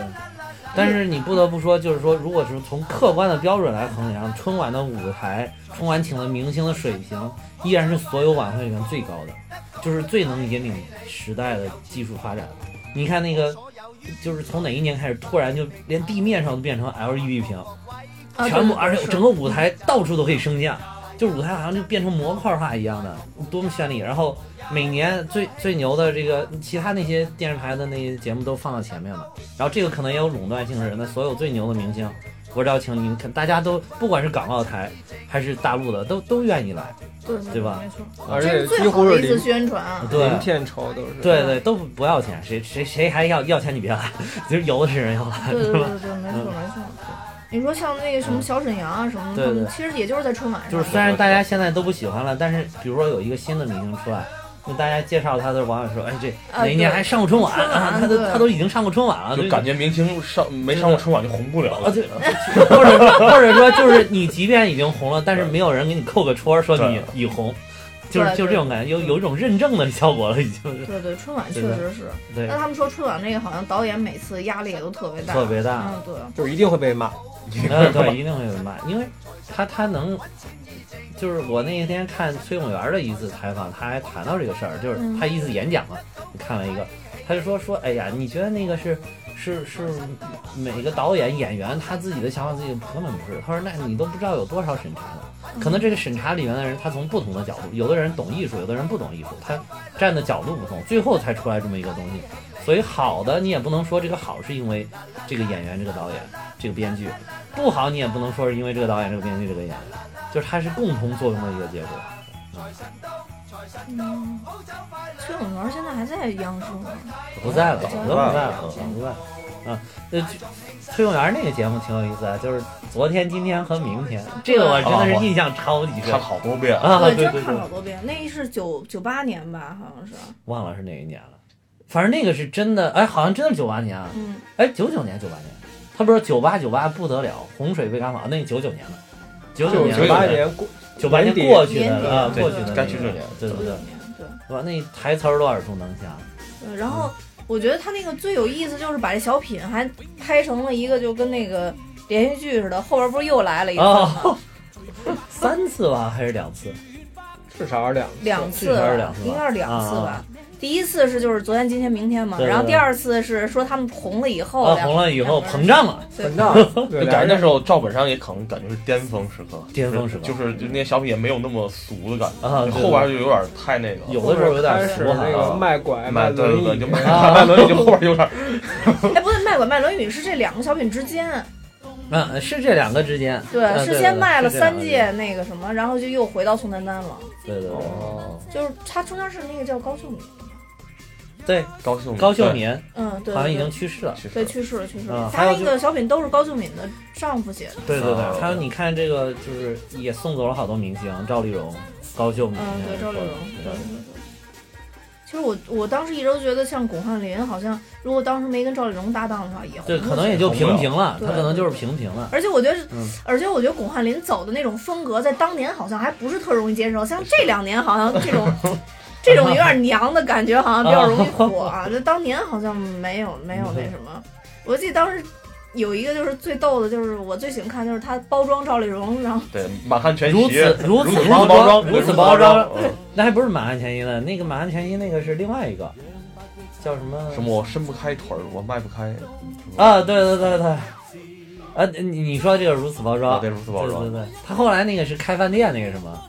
B: 但是你不得不说，就是说，如果是从客观的标准来衡量，春晚的舞台，春晚请的明星的水平，依然是所有晚会里面最高的，就是最能引领时代的技术发展。你看那个，就是从哪一年开始，突然就连地面上都变成 LED 屏，
A: 啊
B: 全部，
A: 对
B: 而且
A: 是
B: 整个舞台到处都可以升降，就是舞台好像就变成模块化一样的，多么绚丽！然后每年最最牛的这个，其他那些电视台的那些节目都放到前面了，然后这个可能也有垄断性质，那所有最牛的明星，我邀请你看，大家都不管是港澳台还是大陆的，都都愿意来，
A: 对
B: 对吧
A: 没错，
D: 而
A: 这
D: 且
A: 是
D: 几
A: 最好
D: 乎
A: 的
D: 是
A: 一次
D: 零
A: 宣传啊。
B: 对
D: 零片酬都是。
B: 对对，都不不要 *laughs* 嗯钱，谁谁谁还要要钱你别来，就是有的是人要来， *laughs*
A: 对对
B: 是吧？
A: 对对，没错没错。你说像那个什么小沈阳啊什么的，
B: 对
A: 他们
B: 对
A: 其实也就是在春晚上，
B: 就是虽然大家现在都不喜欢了，但是比如说有一个新的明星出来，那大家介绍他的网友说，哎，这
A: 啊
B: 哪一年
A: 对
B: 还上过春晚
A: 春晚
B: 啊？他都
A: 对
B: 他都已经上过春晚了，
C: 就感觉明星上没上过春晚就红不了
B: 啊，
C: 了。
B: 对，或者说或者说就是你即便已经红了，但是没有人给你扣个戳儿说你
C: 对
B: 已红，就是
A: 对
B: 就是
A: 对
B: 这种感觉，有有一种认证的效果了，已经是
A: 对对，春晚确
B: 对的
A: 实是。
B: 对
A: 但，他们说春晚那个好像导演每次压力也都特别大，
B: 特别大，
A: 嗯对，
D: 就一定会被骂。
B: 嗯，对，一定会有人骂，因为他他能。就是我那天看崔永元的一次采访，他还谈到这个事儿，就是
A: 嗯
B: 他一次演讲嘛，看了一个，他就说说，哎呀，你觉得那个是是是每个导演演员他自己的想法，自己根本不是。他说，那你都不知道有多少审查呢。可能这个审查里面的人，他从不同的角度，有的人懂艺术，有的人不懂艺术，他站的角度不同，最后才出来这么一个东西。所以好的你也不能说这个好是因为这个演员、这个导演、这个编剧，不好你也不能说是因为这个导演、这个编剧、这个演员，就是它是共同作用的一个结果。
A: 嗯，崔永元现在还在央视吗？
B: 不在了，
A: 早
B: 早
A: 就不
B: 都不
A: 在
B: 在
A: 了
B: 了，早都不在了。啊，那崔崔永元那个节目挺有意思啊，就是昨天、今天和明天，这个我真的是印象超级深
C: 看好多遍，
B: *laughs* 啊！对对
A: 真看
B: 对
A: 好，多遍，那是九九八年吧，好像是，
B: 忘了是哪一年了，反正那个是真的，哎，好像真的是九八年啊，
A: 嗯，
B: 哎，九九年，九八年，他不是九八九八不得了，洪水被干嘛？那九九年了，九
D: 就
B: 年，
D: 九八，年过，
B: 九八年
D: 年底
B: 过去
A: 年
B: 的
A: 底
B: 啊，
A: 对
B: 过去的那个
C: 该去这年
B: 对对对
A: 九，年对。
B: 哇，那台词儿都耳熟能详，
A: 对，然后
B: 嗯
A: 我觉得他那个最有意思就是把这小品还拍成了一个就跟那个连续剧似的，后边不是又来了一次吗？
B: 哦三次吧，还是两次？
D: 至少是两次
A: 两次
B: 至少
A: 吧
B: 是两次吧
A: 应该是两次吧。
B: 啊
A: 第一次是就是昨天、今天、明天嘛，
B: 对对对
A: 然后第二次是说他们红了以后，
B: 啊，
A: 哦两
B: 红了以后
A: 两个
B: 膨
A: 人
B: 胀了，
A: 对
D: 膨胀，对，
C: 就感觉那时
D: 候
C: 候赵本山也可能感觉是巅峰时刻，
B: 巅峰时刻
C: 就是就那些小品也没有那么俗的感觉，
B: 啊，对
C: 后边就有点太那个了。
B: 有的时候有
D: 开
B: 点
D: 始
B: 俗哈
D: 那个卖拐
C: 卖对对对，
D: 轮椅啊
C: 就，卖卖轮椅就后边有点
B: *laughs*
A: 哎，不对，卖拐卖轮椅是这两个小品之间，
B: 嗯，是这两个之间，
A: 对，
B: 啊
A: 是先卖了三，
B: 对
A: 届那个什么，然后就又回到宋丹丹了，
B: 对对对
C: 哦，
A: 就是他中间是那个叫高秀敏，
B: 对对对
C: 高秀
B: 对，
C: 敏
B: 高秀敏
A: 嗯，对，对
B: 好像已
A: 对
B: 经去世了。
C: 对
A: 对
C: 其实
A: 去世了，去世了
B: 啊。
A: 他
B: 还有
A: 那
B: 就
A: 个小品都是高秀敏的丈夫写的，
B: 对对
C: 啊
B: 对，还有你看这个，就是也送走了好多明星，赵丽蓉、高秀敏，
A: 嗯，对，赵丽蓉，对对
B: 对
A: 对。其实我我当时一直都觉得，像巩汉林，好像如果当时没跟赵丽蓉搭档的话，也红
B: 对，
A: 不
B: 可能
A: 起
B: 也就平平了，
A: 对
B: 他可能就是平平了。
A: 而且我觉得是，
B: 嗯
A: 而且我觉得巩汉林走的那种风格，在当年好像还不是特容易接受，像这两年好像这种 *laughs* 这种有点娘的感觉，好像比较容易火
B: *laughs*
A: 啊。就当年好像没有没有那什么，我记得当时有一个就是最逗的，就是我最喜欢看就是他包装赵丽蓉，然后
C: 对满汉全席
B: 如此如此
C: 如此
B: 包
C: 包
B: 装
C: 对
B: 如
C: 如
B: 此
C: 此
B: 包装
C: 装，嗯
B: 那还不是满汉全席呢，那个满汉全席那个是另外一个，叫什么
C: 什么我伸不开腿儿，我迈不开
B: 啊？对对对对，啊，你你说这个如此包
C: 啊，
B: 装
C: 对，，如此包
B: 对
C: 装，
B: 对对，他后来那个是开饭店那个什么，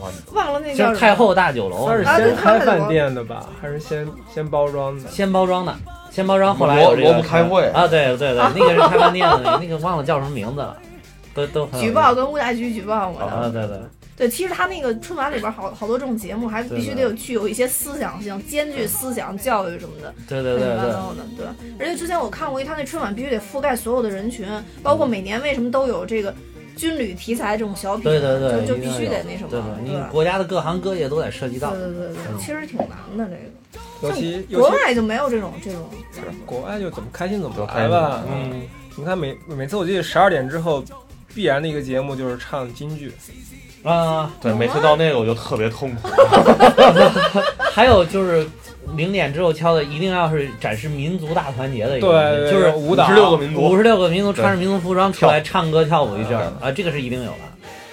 C: 哇，
A: 忘了那个
B: 就
A: 叫
B: 是太后大酒楼
D: 他是，
A: 啊对
D: 先
A: 他
D: 开
A: 们
D: 饭店的吧，还是先先包装的？
B: 先包装的，先包装，后来有这个
C: 萝卜开会
B: 啊，对对对，那个是开饭店的， *laughs* 那个忘了叫什么名字了，都都
A: 什么
B: 很有
A: 举
B: 意思
A: 报跟物价局举报嘛。然后
B: 啊，对对。
A: 对，其实他那个春晚里边好好多这种节目，还必须得有具有一些思想性，兼具思想教育什么的，
B: 对对
A: 乱
B: 对
A: 七八
B: 对，
A: 糟的。对，而且之前我看过一，他那春晚必须得覆盖所有的人群，包括每年为什么都有这个军旅题材这种小品，
B: 对对对，
A: 就就
B: 一定
A: 必须
B: 要
A: 得
B: 有
A: 那什么，
B: 对
A: 吧
B: 对，你国家的各行各业都得涉及到
A: 对。对对对，
B: 嗯
A: 其实挺难的这
D: 尤其
A: 个，国
D: 尤其
A: 外就没有这种这种。
D: 国外就怎么开心怎么
C: 怎么
D: 来
C: 开心
D: 吧。
C: 怎么来
D: 嗯，你看每每次我记得十二点之后，必然的一个节目就是唱京剧，
A: 嗯
B: 啊，
C: 对，每次到那个我就特别痛苦，
B: 还有就是零点之后敲的，一定要是展示民族大团结的一
D: 对
B: 个东
D: 对，
B: 西，就是
D: 舞蹈
C: 十六个民
B: 五
C: 族，
B: 十六个民族穿着民族服装出来唱歌跳舞一阵儿啊，这个是一定有的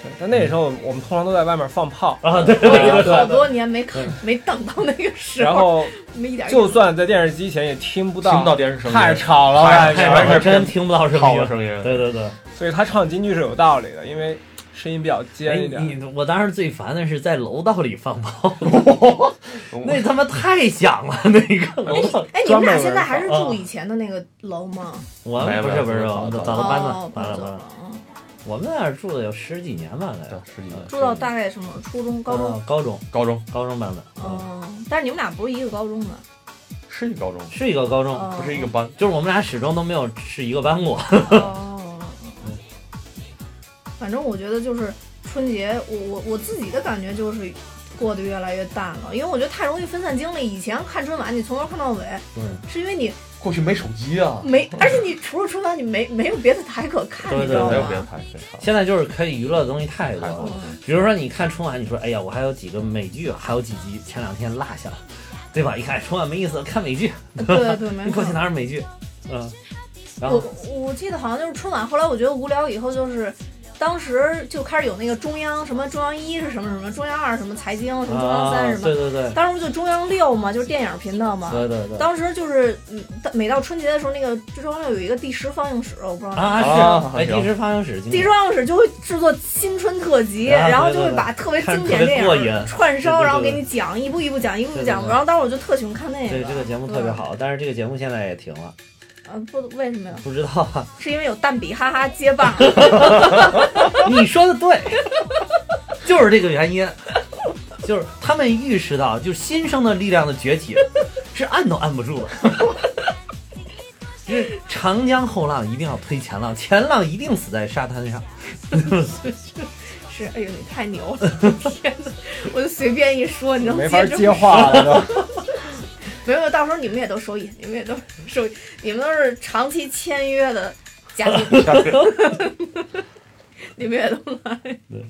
D: 对但那时候我们通常都在外面放炮，
B: 啊。 *laughs* 对，
A: 我已经
D: 对
A: 好多年没看没等到那个时
D: *laughs* 然
A: 候，
D: 后
A: 没一点
D: 就算在电视机前也听不
C: 听不到
D: 到，
C: 电视声音，
D: 太吵了
C: 太
D: 外
C: 太太
D: 面。
B: 我哎真听不到声
C: 吵的
B: 音。
C: 声音，
B: 对对对，
D: 所以他唱京剧是有道理的，因为声音比较
B: 哎，
D: 尖一点。
B: 你我当时最烦的是在楼道里放炮，
C: 我
B: 那他妈太响了，那个楼道。
A: 哎，你们俩现在还是
B: 啊
A: 住以前的那个楼吗？
B: 我们不是不是，我们早啊都搬了
A: 哦，
B: 搬了搬了。。
A: 嗯
B: 我们在那儿住了有十几年吧，得
C: 对十几年
A: 住到大概什么初中、高中？
B: 啊高中
C: 高中
B: 高中搬的，嗯，
A: 嗯，但是你们俩不是一个高中的，
C: 是一高中，
B: 是一个高中，
A: 哦
C: 不是一个班，
B: 就是我们俩始终都没有是一个班过。
A: 哦，反正我觉得就是春节，我我我自己的感觉就是过得越来越淡了，因为我觉得太容易分散精力。以前看春晚，你从头看到尾，
B: 嗯，
A: 是因为你
C: 过去没手机啊，
A: 没，而且你除了春晚，你没没有别的台可看，你知
B: 哦
A: 道
C: 没有别的
A: 吗？
C: 台可以看。
B: 现在就是可以娱乐的东西太多
C: 太多
B: 了
C: 了。
A: 嗯
B: 比如说你看春晚，你说哎呀，我还有几个美剧，还有几集前两天落下了，对吧？一看春晚没意思，看美剧，
A: 对对，没
B: 你过去
A: 错。
B: 拿着美剧，嗯，然后
A: 哎我我记得好像就是春晚，后来我觉得无聊以后就是。当时就开始有那个中央什么中央一是什么什么中央二什么财经什么中央三
B: 啊
A: 什，么，
B: 对对对，
A: 当时不就中央六嘛，就是电影频道嘛。
B: 对对对，
A: 当时就是，嗯，当每到春节的时候，那个中央六有一个第十放映室，我不知道。
B: 啊
C: 啊
B: 是，哎，
C: 行
B: 第十发行史，今
A: 第
B: 天
A: 十放映室就会制作新春特辑，
B: 啊
A: 然后
B: 对
A: 就
B: 对
A: 会
B: 对
A: 把特别
B: 看
A: 经
B: 着
A: 典
B: 特别
A: 电
B: 过
A: 影
B: 瘾
A: 串
B: 对对
A: 烧，
B: 对
A: 然后给
B: 对
A: 你讲一步一步讲，一步一步
B: 对对
A: 讲。
B: 对
A: 然后当时我就特喜欢看那
B: 对
A: 个。
B: 这个节目特
A: 嗯
B: 别好，但是这个节目现在也停了，
A: 啊，不，为什么呀？
B: 不知道啊。
A: 是因为有蛋比哈哈接
B: *laughs*
A: 棒。
B: 你说的对， *laughs* 就是这个原因，就是他们意识到，就是新生的力量的崛起是按都按不住的。就是长江后浪一定要推前浪，前浪一定死在沙
A: *laughs*
B: 滩上。
A: 是，哎呦，你太牛了！天哪，我就随便一说，你能
D: 没法
A: 接住
D: 接话了都。
A: 没有，到时候你们也都受益，你们也都受益，你们都是长期签约的嘉
B: *laughs*
A: 宾，你们也都来。
B: 对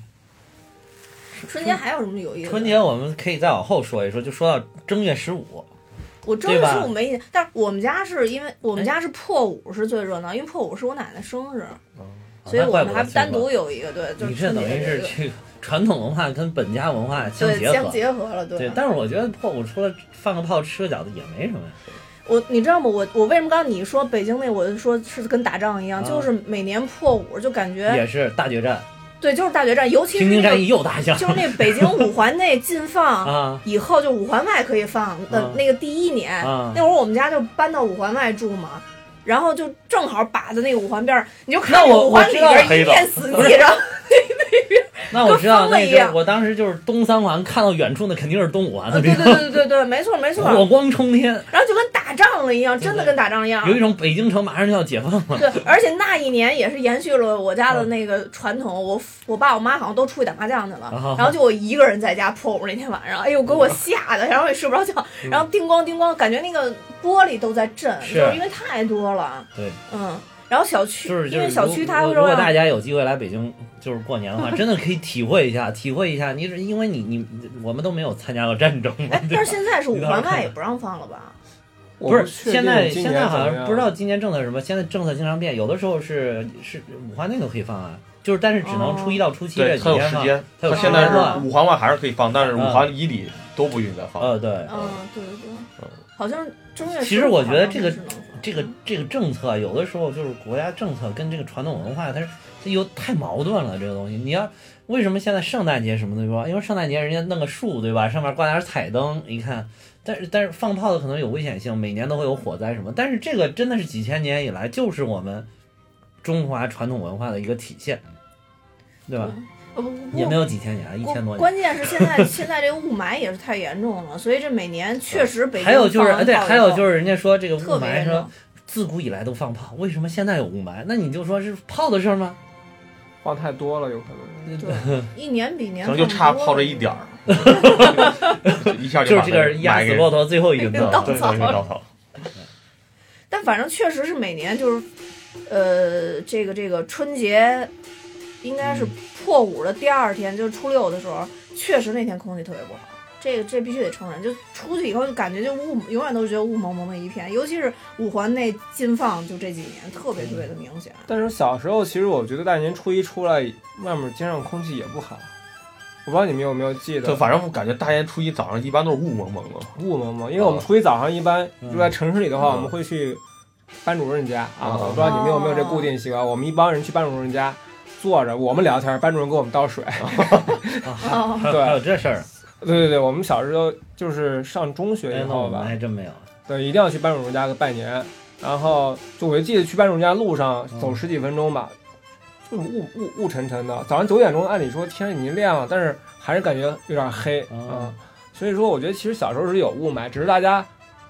A: 春节还有什么有意思的？
B: 春节我们可以再往后说一说，就说到正月十五，
A: 我正月
B: 对吧
A: 十五没意见，但是我们家是因为我们家是破五是最热闹，因为破五是我奶奶生日，所以
B: 啊那
A: 我
B: 怪
A: 们
B: 不得
A: 还
B: 亲
A: 单
B: 吧
A: 独有一个对，就是
B: 你这
A: 春节
B: 等于
A: 有一
B: 是
A: 个
B: 去传统文化跟本家文化相
A: 对
B: 结合
A: 相。结合了，
B: 对，但是我觉得破五除了放个炮吃个饺子也没什么呀。
A: 我你知道吗？我我为什么刚刚你说北京那，我就说是跟打仗一样，
B: 啊
A: 就是每年破五就感觉
B: 也是大决战，
A: 对，哎就是大决战，尤其是
B: 平
A: 那
B: 津
A: 个
B: 战役又打响
A: 就是那北京五环内禁放
B: 啊
A: 以后，就五环外可以放的
B: 啊
A: 那个第一年
B: 啊，
A: 那会儿我们家就搬到五环外住嘛。然后就正好把在那个五环边儿，你就看
B: 那
A: 见
B: 我
A: 五环
B: 我
A: 里
B: 知道
A: 边一
C: 黑的
A: 片死
B: 不是
A: 地，然后
B: 那我知道，
A: 跟疯了
B: 那
A: 一
B: 就
A: 样啊
B: 是我当时就是东三环看到远处那肯定是东五环的
A: 对
B: 地
A: 对
B: 方，
A: 对对对对，没错没错，
B: 火光冲天，
A: 然后就跟打仗了一样，真的跟打仗一样
B: 有。一种北京城马上就要解放了。
A: *laughs* 对，而且那一年也是延续了我家
B: 嗯
A: 的那个传统，我我爸我妈好像都出去打麻将去
B: 啊嗯
A: 了，然后就我一个人在家破五那天晚上，哎呦给我吓的，然后也睡不着觉， *laughs* 然后叮咣叮咣，感觉那个玻璃都在震，
B: 是
A: 就是因为太多了，
B: 对，
A: 嗯，然后小区
B: 就是就
A: 因
B: 是
A: 为
B: 如，
A: 小区它
B: 如
A: 会
B: 如果
A: 让
B: 大家有机会来北京，就是过年的话，真的可以体会一下，体会一下。你是因为你你我们都没有参加过战争嘛
A: 哎，，但是现
B: *laughs*
A: 在是五
B: 你倒是
A: 环
B: 看
A: 外也不让放了吧？
D: 我
B: 不是，
D: 确
B: 现在
D: 定今
B: 现
D: 年
B: 在好
D: 怎么
B: 像
D: 样
B: 不知道今年政策是什么，现在政策经常变，有的时候是是五环内都可以放啊，就是但是只能
A: 哦
B: 初一到初七这
C: 对，
B: 几
C: 它有
B: 天
C: 时
B: 放。
C: 间，
B: 它有
C: 它
B: 时
C: 现
A: 间
C: 在
A: 啊
C: 是五环外还是可以放，但是五
B: 嗯
C: 环以里都不允许再放。
B: 呃，对，
A: 嗯，对对对
C: 嗯，
A: 好像正月
B: 其实我觉得这个
A: 十五好像是能放嗯
B: 这个这个政策啊有的时候就是国家政策跟这个传统文化，它是它有太矛盾了。这个东西，你要为什么现在圣诞节什么的说，因为圣诞节人家弄个树对吧，上面挂点彩灯，一看，但是但是放炮的可能有危险性，每年都会有火灾什么。但是这个真的是几千年以来就是我们中华传统文化的一个体现，对吧？
A: 呃不不不
B: 也没有几千年，啊一千多
A: 关
B: 年。
A: 关键是现
B: *laughs*
A: 在现在这个雾霾也是太严重了，所以这每年确实北京
B: 嗯还有就
A: 放
B: 是，
A: 完
B: 哎对，
A: 炮以
B: 还有
A: 后
B: 就是，人家说这个雾
A: 特别
B: 霾
A: 严
B: 说
A: 重。
B: 自古以来都放炮，为什么现在有雾霾？那你就说是炮的事儿吗？
D: 放太多了，有可能。
A: 对，一年比年
C: 可能就
A: 放
C: 差
A: 多
C: 泡
A: 了
C: 这一点儿，一下
B: 就是
C: 把
B: 这个
C: 那
B: 压
C: 买
B: 死
C: 给
B: 骆驼最后一根
A: 那稻
B: 稻
A: 草
C: 对对对稻草，
A: 但反正确实是每年就是，呃，这个这个春节呃应该是破五的第二天，就是初六的时候，确实那天空气特别不好。这个这必须得承认，就出去以后就感觉就雾，永远都是觉得雾蒙蒙的一片，尤其是五环内禁放，就这几年特别特别的明显。
D: 但是小时候，其实我觉得大年初一出来，外面街上空气也不好。我不知道你们有没有记
C: 就
D: 得
C: 反正我感觉大年初一早上一般都是雾蒙蒙
B: *laughs*
C: 的，
D: 雾蒙蒙，因为我们初一早上一般
B: 嗯
D: 如果在城市里的话，
C: 嗯
D: 我们会去班主任家啊。
C: 嗯
D: 我不知道你们有没有这固定习惯，我们一帮人去班主任家坐着，我们聊天，班主任给我们倒水。
B: 嗯
A: 哦，
B: *laughs* 还有
D: 对
B: 还有这事儿，
D: 对对对，我们小时候就是上中学
B: 哎
D: 以
B: 那我
D: 后
B: 们
D: 吧，
B: 还真没有。
D: 对，一定要去班主任家拜年。然后就我就记得去班主任家路上
B: 嗯
D: 走十几分钟吧，就是雾雾雾沉沉的。早上九点钟，按理说天已经亮了，但是还是感觉有点黑啊、
B: 哦
D: 嗯所以说，我觉得其实小时候是有雾霾，只是大家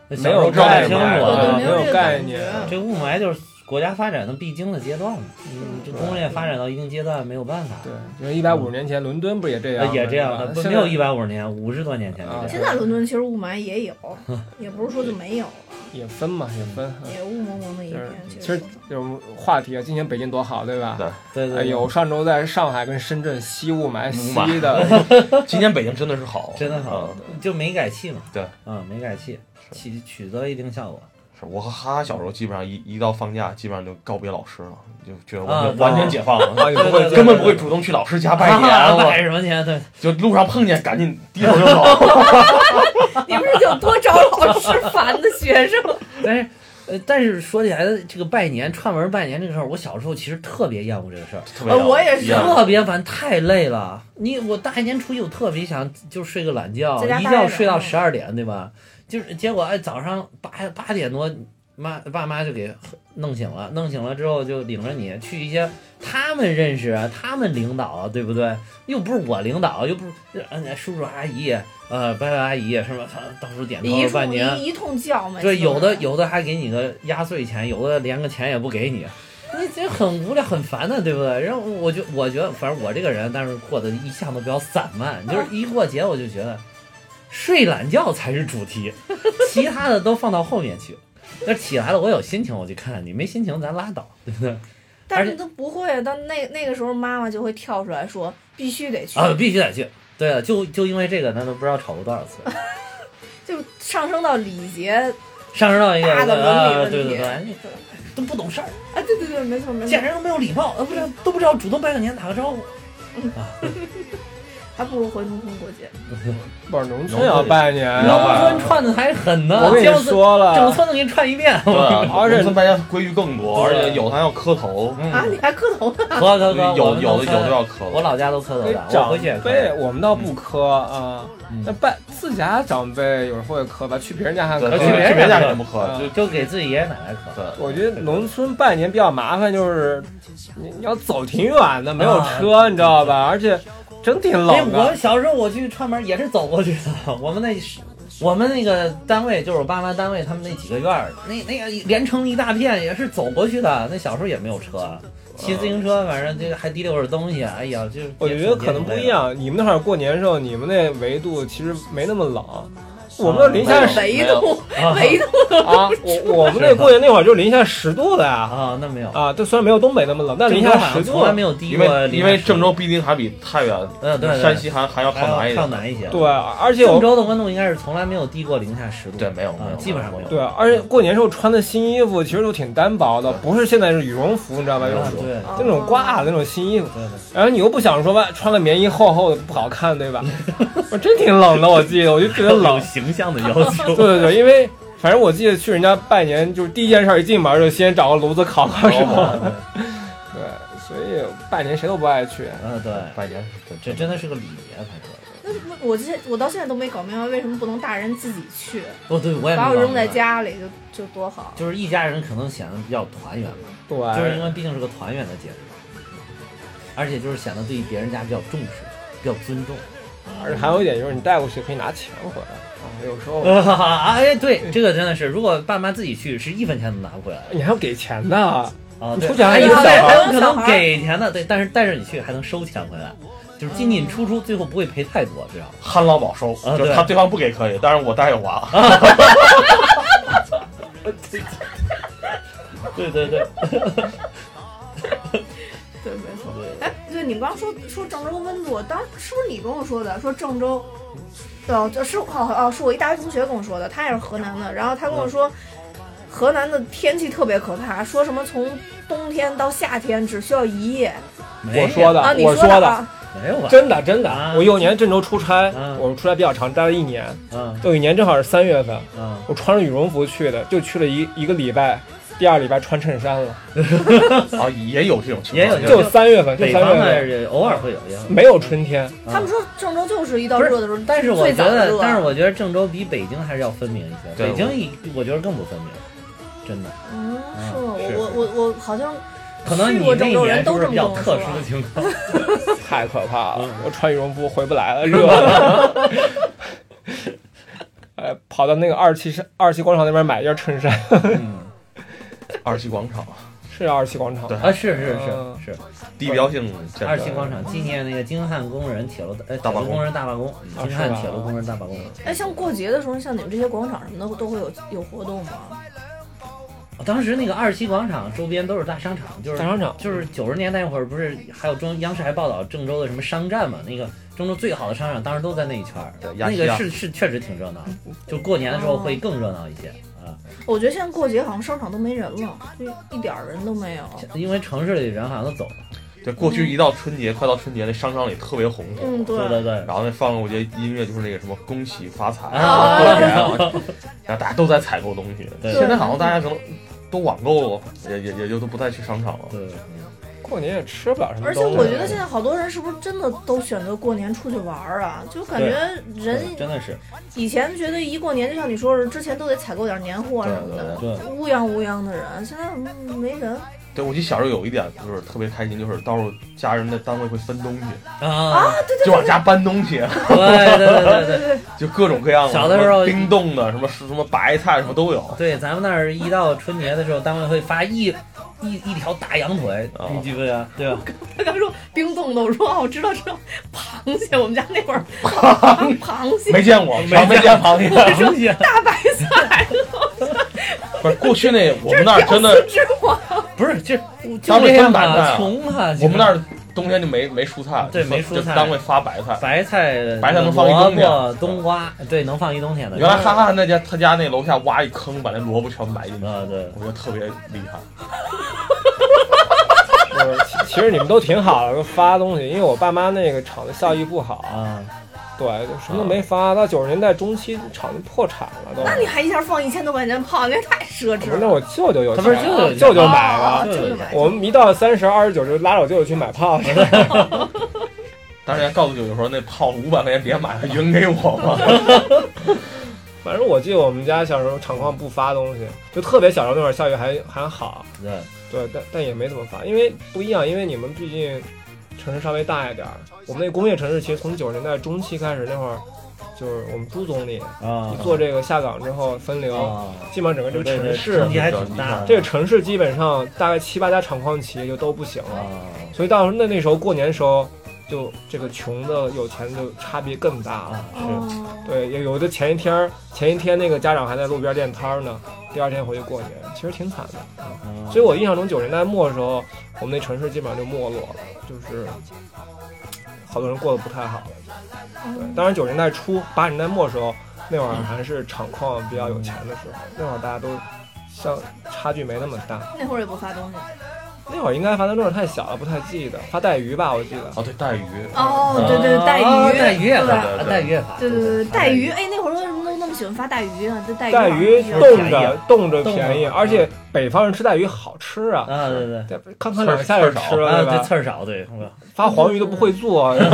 B: 那小
D: 没
B: 时候
D: 有
B: 不太
D: 概
B: 清
D: 念，
B: 楚
A: 对
B: 啊
A: 没
D: 没
A: 有这
D: 有
A: 个
D: 概
A: 感觉
D: 念。
B: 这雾霾就是国家发展的必经的阶段嘛。嗯，这工业发展到一定阶段没有办法，
D: 对，就是一百五十年前伦敦不也这样吗？
B: 呃也这样
D: 对
B: 的，
D: 吧
B: 不
D: 现
B: 没有
D: 在
B: 一百五十年，五十多年前的
D: 啊
B: 这
A: 现
B: 样
A: 在伦敦其实雾霾也有，也不是说就没有了，
D: 也分嘛，也分。
B: 嗯
D: 啊
A: 也雾蒙蒙的一
D: 就是
A: 片。
D: 其
A: 实 *laughs*
D: 实这种话题啊，今年北京多好，对吧？
C: 对
B: 对对，
D: 哎
B: 对
D: 呦，，上周在上海跟深圳吸雾霾
C: 雾
D: 吸
B: *laughs*
C: 霾
D: 的，
C: 今年北京真的是好，
B: 真的好
C: 嗯，
B: 就没改气嘛。
C: 对，
B: 嗯，没改气，起取得了一定效果。
C: 是我和哈哈小时候基本上一一到放假，基本上就告别老师了，就觉得完
B: 啊
C: 全完全解放了，
D: 啊，也不
B: *laughs* 对对
D: 会
B: 对
C: 根本不会主动去老师家拜年，
B: 啊
C: 我
B: *laughs* 拜什么年？对，
C: 就路上碰见赶紧低头
B: *laughs*
C: 就走。
A: 你们是有多招老师烦的学生？
B: *laughs* 但是。呃，但是说起来，这个拜年串门拜年这个事儿，我小时候其实特别厌恶这个事儿，
C: 特别好
A: 呃我也是
B: *laughs*
C: 一样
B: 特别烦，太累了。你我大年初一我特别想就睡个懒觉
A: 在，家
B: 一
A: 待
B: 觉
A: 着
B: 睡到
A: 嗯
B: 十二点，对吧？就是结果哎，早上八八点多，妈爸妈就给弄醒了，弄醒了之后就领着你去一些他们认识啊，他们领导啊，对不对？又不是我领导，又不是呃叔叔阿姨，呃伯伯阿姨什么，到处点
A: 一
B: 头
A: 通
B: 拜年，
A: 一一通叫嘛。
B: 对，
A: 每次都
B: 有的
A: 是
B: 有的还给你个压岁钱，有的连个钱也不给你，你这很无聊很烦的，对不对？然后我就我觉得，反正我这个人，但是过得一向都比较散漫，就是一过节我就觉得睡懒觉才是
A: *laughs*
B: 主题，其他的都放到后面去。那起来了，我有心情我就看你，没心情咱拉倒，对不对？
A: 但
B: 而
A: 是
B: 且
A: 都不会。到那那个时候，妈妈就会跳出来说：“必须得去。
B: 啊，必须得去。对啊，就就因为这个，咱都不知道吵过多少次，
A: 就上升到礼节
B: 上升到一个
A: 大的
B: 啊，
A: 伦理
B: 对
A: 问题。
B: 对对，你都不懂事儿。
A: 啊，对对对，没错没错
B: 简，直都没有礼貌，呃都不知道都不知道主动拜个年打个招呼。
A: 还不如回农村过节。
D: 不是农村也要拜年啊，
C: 老
B: 农
C: 板
B: 村串的还狠呢，
D: 我跟
B: 江
D: 你
B: 村
D: 说
B: 啊整
D: 了，
B: 村子给你串一
D: *laughs*
B: 遍。
C: 对啊，
D: 而且
C: 农村大家规矩更多，而
B: 对
C: 且有的还要磕头，
B: 嗯
A: 啊，你还磕头呢？
B: 磕磕磕，
C: 有有
B: 我
C: 的
B: 们
C: 有的
B: 农村
C: 要磕
B: 我
C: 头。
B: 老家都磕头的，我
D: 长
B: 回去也磕
D: 辈我们倒不磕啊
B: 嗯，
D: 那拜自家长辈有时候也磕吧，去别人家还
C: 对，
D: 磕
B: 可
C: 去
B: 是。
C: 别
B: 别人
C: 人家
B: 磕
C: 也不磕，就
B: 就给自己爷爷奶奶磕。
C: 对，
D: 我觉得农村拜年比较麻烦，就是你你要走挺远的，没有
B: 啊
D: 车，你知道吧？而且真挺
B: 哎，
D: 冷
B: 我
D: 的。
B: 小时候我去串门也是走过去的，我们那是。我们那个单位就是我爸妈单位，他们那几个院儿，那那个连成一大片，也是走过去的。那小时候也没有车，骑自行车，反正就还提溜着东西。哎呀，就
D: 我觉得可能不一。样，你们那会儿过年的时候，你们那维度其实没那么冷，我们零下十
A: 维度
B: 啊
A: 维度，
D: 啊，
B: *laughs*
D: 我我们那过年那会儿就零下十度的呀。
B: 啊，那没有，
D: 啊，对，虽然没有东北那么冷，但
B: 郑
D: 零
B: 州
D: 下
B: 好像
D: 十度
B: 从来没有低
C: 因
B: 过
C: 为
B: 零下
C: 因为
B: 十
C: 郑州必定还比太原、
B: 嗯对对
C: 山西还还要靠
B: 还
C: 南一
B: 要靠
C: 点。
B: 南一些。
D: 对，而且
B: 郑
D: 我
B: 州的温度应该是从来没有低过零下十度。
C: 对，没有
B: 啊
C: 没有，
B: 基本上没有
D: 对，而且过年时候穿的新衣服其实都挺单薄的，不是现在是羽绒服，你知道吧？
C: 没
D: 那
C: 有
D: 种
B: 啊对，
A: 啊
D: 那种挂的那种新衣服，
B: 对对。
D: 然后你又不想说吧，穿个棉衣厚厚的不好看，对 *laughs* 吧？我真挺冷的，我记得，我就觉得
B: 有
D: *laughs* 冷。
B: 形象的要 *laughs*
D: 对
B: 求。
D: 对对，因为反正我记得去人家拜年，就是第一件事儿一进门就先找个炉子烤烤什么。对，所以拜年谁都不爱去。
B: 嗯，对，
C: 拜年
B: 这真的是个礼节，啊反正。
A: *laughs* 那我我这我到现在都没搞明白为什么不能大人自己去，
B: 哦，对，我也没
A: 把我
B: 搞
A: 扔在
B: 明白，
A: 家里就就多好。
B: 就是一家人可能显得比较团圆吧，
D: 对，
B: 就是因为毕竟是个团圆的节日，而且就是显得对别人家比较重视，比较尊重。
D: 而且还有一点就是你带过去可以拿钱回来啊，有时候
B: *laughs* 哎，对，这个真的是，如果爸妈自己去，是一分钱都拿不回来的
D: 你还要给钱的。
B: 啊。
D: 你
B: 对
D: 出去还
B: 还
D: 有
B: 有
D: 小孩
B: 还有
A: 哎还
B: 可
A: 有小
B: 能
A: 孩
B: 给钱的，对，但是带着你去还能收钱回来，就是进进出出，最后不会赔太多，至少。
C: 旱涝保收，
B: 啊
C: 就是
B: 对
C: 他对方啊不给可以，但是我带有娃。
B: 对对对，
A: 对，没错。哎，对你刚刚说说郑州温度，当时是不是你跟我说的？说郑州，
B: 嗯
A: 哦，这是好哦，是我一大学同学跟我说的，他也是河南的，然后他
B: 嗯
A: 跟我说。河南的天气特别可怕，说什么从冬天到夏天只需要一夜
D: 我说的，
A: 啊！你
D: 我
A: 说
D: 的，
A: 啊，
B: 没有吧？
D: 真的真的
B: 啊。
D: 我有年郑州出差
B: 啊，
D: 我出差比较长，待了一年。
B: 嗯
D: 有一年正好是三月份，
B: 嗯。
D: 我穿着羽绒服去的，就去了一一个礼拜。第二礼拜穿衬衫了，
C: 啊，也有这种情况，
B: 也有这种
D: 就三月份，就
B: 北
D: 三
B: 方
D: 月份，
B: 的人偶尔会有，也有
D: 没有春天。
A: 他们说郑州就是一到
B: 嗯不是
A: 热的时候，
B: 但是我
A: 最
B: 觉
A: 早的
B: 得
A: 热，啊
B: 但是我觉得郑州比北京还是要分明一些。
C: 对
B: 北京一我觉得更不分明，真的。
A: 嗯，是吗？
C: 是
A: 我我我我好像
B: 可能你
A: 去过
B: 那
A: 郑
B: 一
A: 州
B: 年
A: 人
B: 是
A: 都
B: 不是
A: 这
B: 比
A: 么
B: 较
A: 跟我
B: 特
A: 说啊
B: 殊的情况？
D: 太可怕了
B: 嗯！
D: 我穿羽绒服回不来了，
B: *laughs*
D: 热的。哎，跑到那个二七山二七广场那边买一件衬衫，
B: 嗯
C: 二七广场，
D: 是叫二七广场
C: 对
D: 吗，
B: 啊，是是是是，
C: 地标性建设
B: 二七广场纪念那个京汉工人铁路呃铁
C: 大罢工
B: 路工人大罢工，
D: 啊
B: 京汉
D: 是吧
B: 铁路工人大罢工。
A: 哎，像过节的时候，像你们这些广场什么的都会有有活动吗？
B: 当时那个二七广场周边都是大商场，就是
D: 大商场
B: 就是九十年代那会儿，不是还有中央视还报道郑州的什么商战嘛？那个郑州最好的商场当时都在那一圈儿，
C: 对亚
B: 那
C: 细
B: 个
C: 亚
B: 是是确实挺热闹，就过年的时候会更热闹一些啊，
A: 我觉得现在过节好像商场都没人了，就一点儿人都没有。
B: 因为城市里人好像都走了，
C: 对，过去一到春节，快到春节，那商场里特别红火。
A: 嗯，对。
B: 对对对，
C: 然后那放了，我觉得音乐就是那个什么“恭喜发财” *laughs*
B: 啊
C: 过年啊，然后大家都在采购东西。
B: 对
C: 现在好像大家可能都网购，也也也就都不再去商场了。
B: 对，
D: 过年也吃不了什么
A: 而
D: 东
A: 且
D: 西。
A: 我觉得现在好多人是不是真的都选择过年出去玩儿啊？就感觉人
B: 对真的是
A: 以前觉得一过年，就像你说的，之前都得采购点年货啊什么的，
B: 对。
A: 乌泱乌泱的人，现在嗯没人
C: 对，我记得小时候有一点就是特别开心，就是到时候家人在单位会分东西，
B: 啊，
C: 就往家搬东西， *laughs*
B: 对对对对 *laughs* 对
C: 就各种各样的，
B: 小的时候
C: 什么冰冻的，什么什么白菜，什么都有。
B: 对，咱们那儿一到春节的时候，单位会发一一一条大羊腿，
C: 哦
B: 你记不记得？对
C: *laughs*
B: 吧？
A: *laughs* 他刚说冰冻的，我说哦，我知道知道，螃蟹，我们家那会儿螃螃蟹
C: 没见过，没没见螃蟹。
B: 螃蟹，
A: 大白菜，
C: 不是过去那我们那儿真的，
A: 知我
B: 不是这就
C: 单位
B: 这样
C: 分白菜
B: 啊，
C: 啊
B: 穷啊！
C: 我们那儿冬天就没没蔬菜，
B: 对
C: 就
B: 没蔬菜
C: 就单位发白菜。
B: 白菜、
C: 白菜能放一
B: 萝
C: 冬天
B: 卜、冬瓜，对，能放一冬天的。
C: 原来哈哈那家他家那楼下挖一坑，把那萝卜全埋进去，
B: 啊，对
C: 我觉得特别厉害。
D: 就是其其实你们都挺好的，都发东西。因为我爸妈那个厂子效益不好，
B: 啊，
D: 对，就什么都没发。到九十年代中期，厂子破产了都。
A: 那你还一下放一千多块钱胖，那太奢侈
D: 不是
A: 了。
D: 那我舅舅有
B: 他不是
D: 钱
B: 舅舅有
D: 舅舅
A: 哦
D: 买
A: 哦
D: 了。
A: 就这么买
D: 我们一到三十二十九就拉着我舅舅去买炮去。
C: 当时人家告诉舅舅说，那炮五百块钱别买了，匀给我吧。
D: *laughs* 反正我记得我们家小时候厂矿不发东西，就特别小时候那会儿效益还还好，
B: 对，
D: 对，但但也没怎么发，因为不一样，因为你们毕竟城市稍微大一点儿，我们那工业城市其实从九十年代中期开始那会儿，就是我们朱总理
B: 啊，
D: 做这个下岗之后分流，
B: 啊，
D: 基本上整个这个
B: 对对
D: 城市，
B: 冲击还挺大的。
D: 这个城市基本上大概七八家厂矿企业就都不行了，
B: 啊，
D: 所以到那那时候过年的时候，就这个穷的有钱的就差别更大了。
B: 啊是，
A: 哦，
D: 对，有有的前一天儿前一天那个家长还在路边练摊儿呢，第二天回去过年，其实挺惨的。啊
B: 嗯
D: 所以我印象中九十年代末的时候，我们那城市基本上就没落了，就是好多人过得不太好了。对，当然九十年代初、八十年代末的时候，那会儿还是厂矿比较有钱的时候，那会儿大家都相差距没那么大。
A: 那会儿也不发东西。
D: 那会儿应该发的那会儿太小了，不太记得发带鱼吧，我记得。
C: 哦，对，带鱼，
A: 哦，对
B: 啊
A: 对，带鱼，
B: 带鱼也啊
A: 对吧
C: 对
B: 发，带鱼也发，
A: 对对对，
B: 对，
A: 带鱼，哎，那会儿为什么都那么喜欢发带鱼啊？这带鱼
D: 带
A: 好
D: 鱼
A: 像
D: 冻着冻着
B: 冻着
D: 便宜，
B: 嗯
D: 而且北方人吃带鱼好吃啊。
B: 啊，对对。
D: 对，看看两下就吃
C: 对
D: 了，
B: 啊，
D: 对
B: 这
D: 吧？
B: 刺儿嗯少，对，
D: 发黄鱼都不会做，
A: 是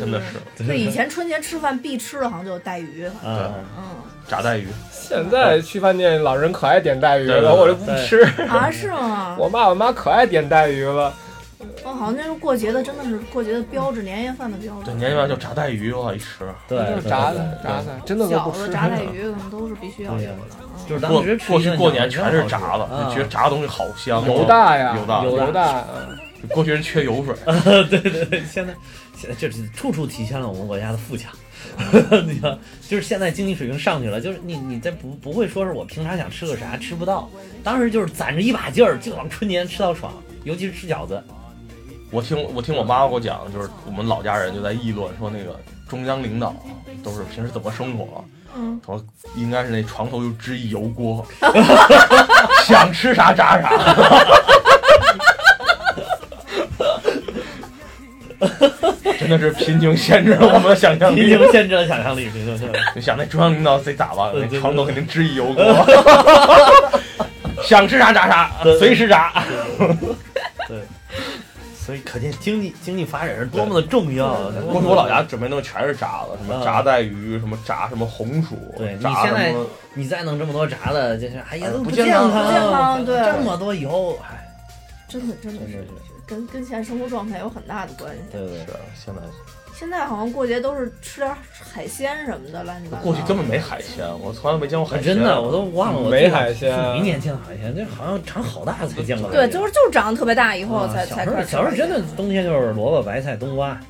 C: 真的是
A: 就以前春节吃饭必吃的，好像就是带鱼。
B: 啊，
A: 嗯
C: 炸带鱼。
D: 现在去饭店，老人可爱点带鱼
C: 对对
D: 了，
C: 对
D: 我就不吃。
A: 啊，是吗？
D: 我爸我妈可爱点带鱼了，
A: 哦，好像那时候过节的，真的是过节的标志，年夜饭的标志。
C: 对，年夜饭就炸带鱼，我一吃。
B: 对，
D: 就
B: 对
D: 是炸
B: 对
D: 的炸的，真的都不
A: 饺子、
D: 吃。
A: 炸带鱼可能都是必须要有的。嗯
B: 就是
C: 过
B: 当时吃
C: 过
B: 一
C: 去
B: 顿
C: 过
B: 饺
C: 年
B: 子
C: 全是炸的，
B: 啊
C: 就觉得炸的东西好香。
D: 油大呀，
C: 油大
D: 油
B: 油
D: 大
B: 大
D: 啊。
C: 过去人缺油水，
B: 对对对， *laughs* 现在现在这是处处体现了我们国家的富强。 *laughs* 你看，就是现在经济水平上去了，就是你你这不不会说是我平常想吃个啥吃不到，当时就是攒着一把劲儿，就往春节吃到爽，尤其是吃饺子。
C: 我听我听我妈给我讲，就是我们老家人就在议论说，那个中央领导都是平时怎么生活，
A: 嗯，
C: 说应该是那床头就支一油锅， *laughs* 想吃啥炸啥。 *laughs* 真的是贫穷限制了我们的想象
B: 贫
C: 力。
B: 穷限制了想象力，贫穷限制了。
C: 你想那中央领导得咋吧？
B: 对对
C: 那
B: 对
C: 床头肯定支一油 *laughs* 锅，想吃啥炸啥，随时炸。
B: *laughs* 所以可见经济经济发展是多么的重要啊。
C: 过去我老家准备弄全是炸的，什么炸带鱼，什么炸什么红薯，
B: 对你
C: 炸
B: 现在
C: 什么
B: 你再弄这么多炸的，就是哎呀
C: 哎
B: 都
C: 不
B: 健
C: 健康
A: 不健康对
B: 这么多以后，哎，
A: 真的真的
B: 真是
A: 是跟跟现在生活状态有很大的关系。
B: 对对对
C: 是现在
A: 现在好像过节都是吃点海鲜什么的，乱七八糟。
C: 过去根本没海鲜，我从来没见过海
B: 啊
C: 鲜。
B: 真的，我都忘了我
D: 没
B: 最早
D: 海鲜
B: 是没年见海鲜，这好像长好大才见过海
A: 对，
B: 鲜。
A: 就是就是长得特别大以后
B: 啊
A: 才
B: 小
A: 才
B: 时候
A: 开始。
B: 小时候真的冬天就是萝卜、白菜、冬瓜，
C: 啊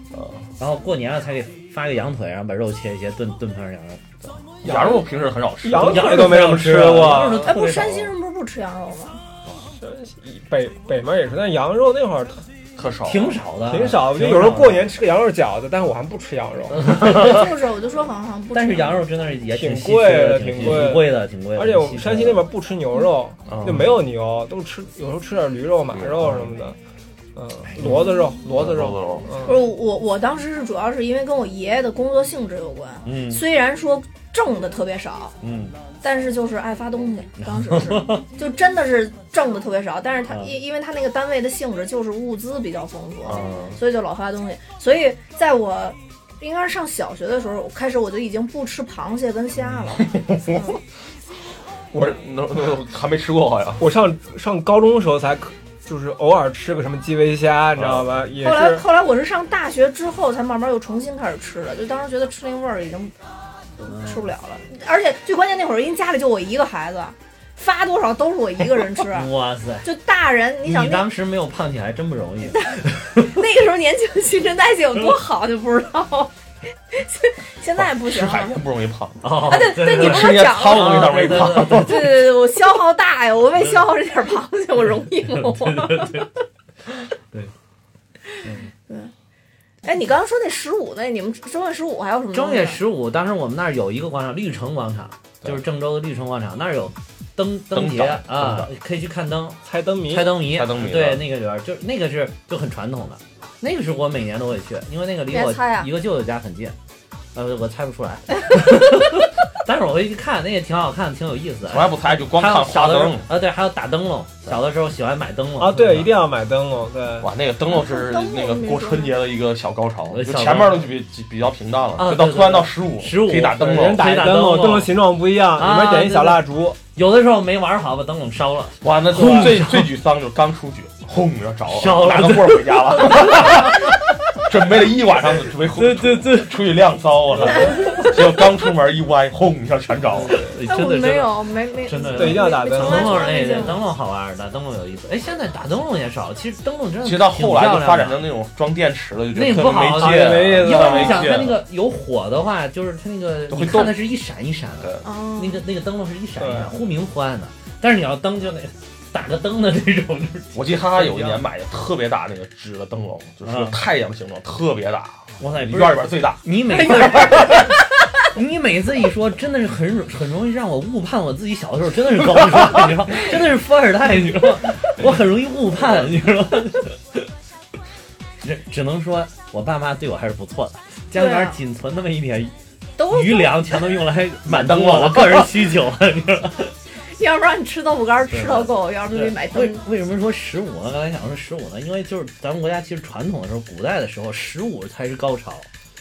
B: 然后过年了才给发个羊腿，然后把肉切一切炖炖盘羊肉。
C: 羊肉平时很少吃，
D: 羊
B: 羊
D: 腿
B: 肉
D: 都没
B: 非
D: 怎
B: 常
D: 么
B: 吃
D: 吃
B: 羊肉
D: 过。
B: 特
A: 哎，不
B: 别
A: 是
B: 少
A: 山西人不是不吃羊肉
B: *laughs*
A: 吗？
D: 北北面也是，但羊肉那会儿
C: 特少。
B: 挺少的，
D: 挺少，就
B: 挺
D: 有时候
B: 的
D: 过年。吃个羊肉饺子，但是我还不吃羊肉。
B: 嗯
A: 就是，我就说好像好像不吃。
B: 但是羊肉真的是也
D: 挺
B: 稀
D: 贵
B: 缺
D: 的
B: 的，挺稀
D: 挺贵的
B: 挺贵的，挺贵的。
D: 而且我
B: 挺
D: 们
B: 稀
D: 山西
B: 缺
D: 那
B: 的
D: 边不吃牛肉，
C: 啊
D: 就没有牛，都吃有时候吃点驴肉、马肉什么的，嗯，骡子肉、骡子肉，
C: 肉，
A: 不
D: 嗯，
A: 是我，我当时是主要是因为跟我爷爷的工作性质有关。
B: 嗯
A: 虽然说挣的特别少，
B: 嗯，
A: 但是就是爱发东西，当时是
B: *laughs*
A: 就真的是挣的特别少，但是他
B: 啊
A: 因因为他那个单位的性质就是物资比较丰富，
C: 嗯，
A: 所以就老发东西。所以在我应该是上小学的时候我开始，我就已经不吃螃蟹跟虾了。
C: 我那那还没吃过好像。
D: 我上上高中的时候才可，就是偶尔吃个什么基围虾，你知道吧？也
A: 后来
D: 是
A: 后来我是上大学之后才慢慢又重新开始吃的，就当时觉得吃那味儿已经吃不了了，而且最关键那会儿因为家里就我一个孩子，发多少都是我一个人吃。
B: 哇塞！
A: 就大人，你
B: 嗯你
A: 想那
B: 当时没有胖起来真不容易，
A: 那个时候年轻，新陈代谢有多好就不知道。 *laughs* 现现在不行啊
C: 吃
A: 了
C: 海鲜不容易胖，
B: 哦
A: 啊！对对，你
C: 对
A: 不
C: 吃
A: 是
C: 些
A: 讲
C: 糙
A: 了
C: 的
A: 吗？
C: 东西倒没
B: 对
C: 胖
B: 对对对
A: 对对对，我消耗大呀，我为消耗这点螃蟹，我容易吗？对。哎，你刚刚说那十五呢？你们正月十五还
C: 嗯
A: 有什么东
B: 正
A: 西啊？
B: 月十五，当时我们那儿有一个广场，绿城广场，
C: 对
B: 就是郑州的绿城广场，那儿有灯
C: 灯
B: 节
C: 展
B: 啊，可以去看灯，
D: 猜灯谜
B: 猜，灯谜，
C: 猜灯谜
B: 对，
C: 的
B: 那个里边儿就那个是就很传统的，那个是我每年都会去，因为那个离
A: 别
B: 我
A: 猜啊
B: 一个舅舅家很近，呃，我猜不出
C: *laughs*
B: 来， *laughs* 但是我会去看，那也挺好看，挺有意思的
C: 从。来不猜，就光
B: 还有
C: 看花
B: 小的时候
C: 灯。
B: 啊，对，还有打灯笼，小的时候喜欢买灯笼
D: 啊，对，一定要买灯笼，对，
C: 哇，那个灯笼是那个过春节的一个小高潮，
B: 对
C: 就
B: 小
C: 前面都比比较平淡
B: 啊
C: 了，就
B: 对
C: 到
B: 对
C: 突然
B: 对
C: 到十五，
B: 15
C: 可以打灯
D: 每人
C: 笼。
D: 打
B: 可
D: 一
B: 以打
D: 灯笼，
B: 灯笼
D: 灯笼形状不一样，
B: 啊
D: 里面点一小蜡烛，
B: 有的时候没玩好，把灯笼烧了，
C: 哇，那
B: 轰
C: 最最沮丧就是刚出去，轰着着
B: 着
C: 了，
B: 了
C: 拿个棍儿回家了，准备了一晚上，准备轰，
B: 对对，
C: 出去晾骚啊，结果刚出门一歪，轰一下全着了。
A: 哎，我
B: 真的
A: 们没
B: 真的。
A: 有，没没，
B: 真的
A: 没
B: 对一
D: 定要打
A: 没
D: 灯
A: 从来
B: 呃灯
A: 从
B: 笼
A: 来没
B: 那
A: 见
B: 个
A: 过
B: 灯笼好玩，打灯笼有意思。哎，现在打灯笼也少，其实灯笼真的
C: 其实到后来
B: 挺漂亮
C: 就
B: 的
C: 发展成那种装电池了，就觉
B: 那
C: 得
B: 个
C: 特
B: 不
C: 别
B: 好
C: 没
B: 啊
C: 劲，
D: 没意思
B: 因为
D: 了
C: 没
B: 你想，它那
C: 劲。
B: 个有火的话，就是它那个
C: 都会
B: 你
C: 动
B: 看它是一闪一闪的，
A: 哦
B: 那个那个灯笼是一闪一闪，忽明忽暗的。但是你要灯就得打个灯的这种，就是
C: 我记得哈哈有一年买的特别大那个纸的灯笼，就是
B: 嗯
C: 太阳形状，特别大，
B: 哇塞，
C: 里
B: 不是
C: 院里边最大。
B: 你每次，你每次一说，真的是很容很容易让我误判我自己小的时候真的是高中，你知道吗，真的是富二代，你知道吗，我很容易误判，你知道吗。只只能说我爸妈对我还是不错的，家里
A: 对
B: 边
A: 啊
B: 仅存那么一点
A: 都
B: 余粮，全都用来满足
C: 灯
B: 我
C: 笼
B: 的个人需求，你知道吗。
A: *laughs* 要不然你吃豆腐干儿吃到够，要不然
B: 对
A: 你买
B: 为
A: 灯。
B: 为什么说十五呢？刚才想说十五呢，因为就是咱们国家其实传统的时候，古代的时候，十五才是高潮，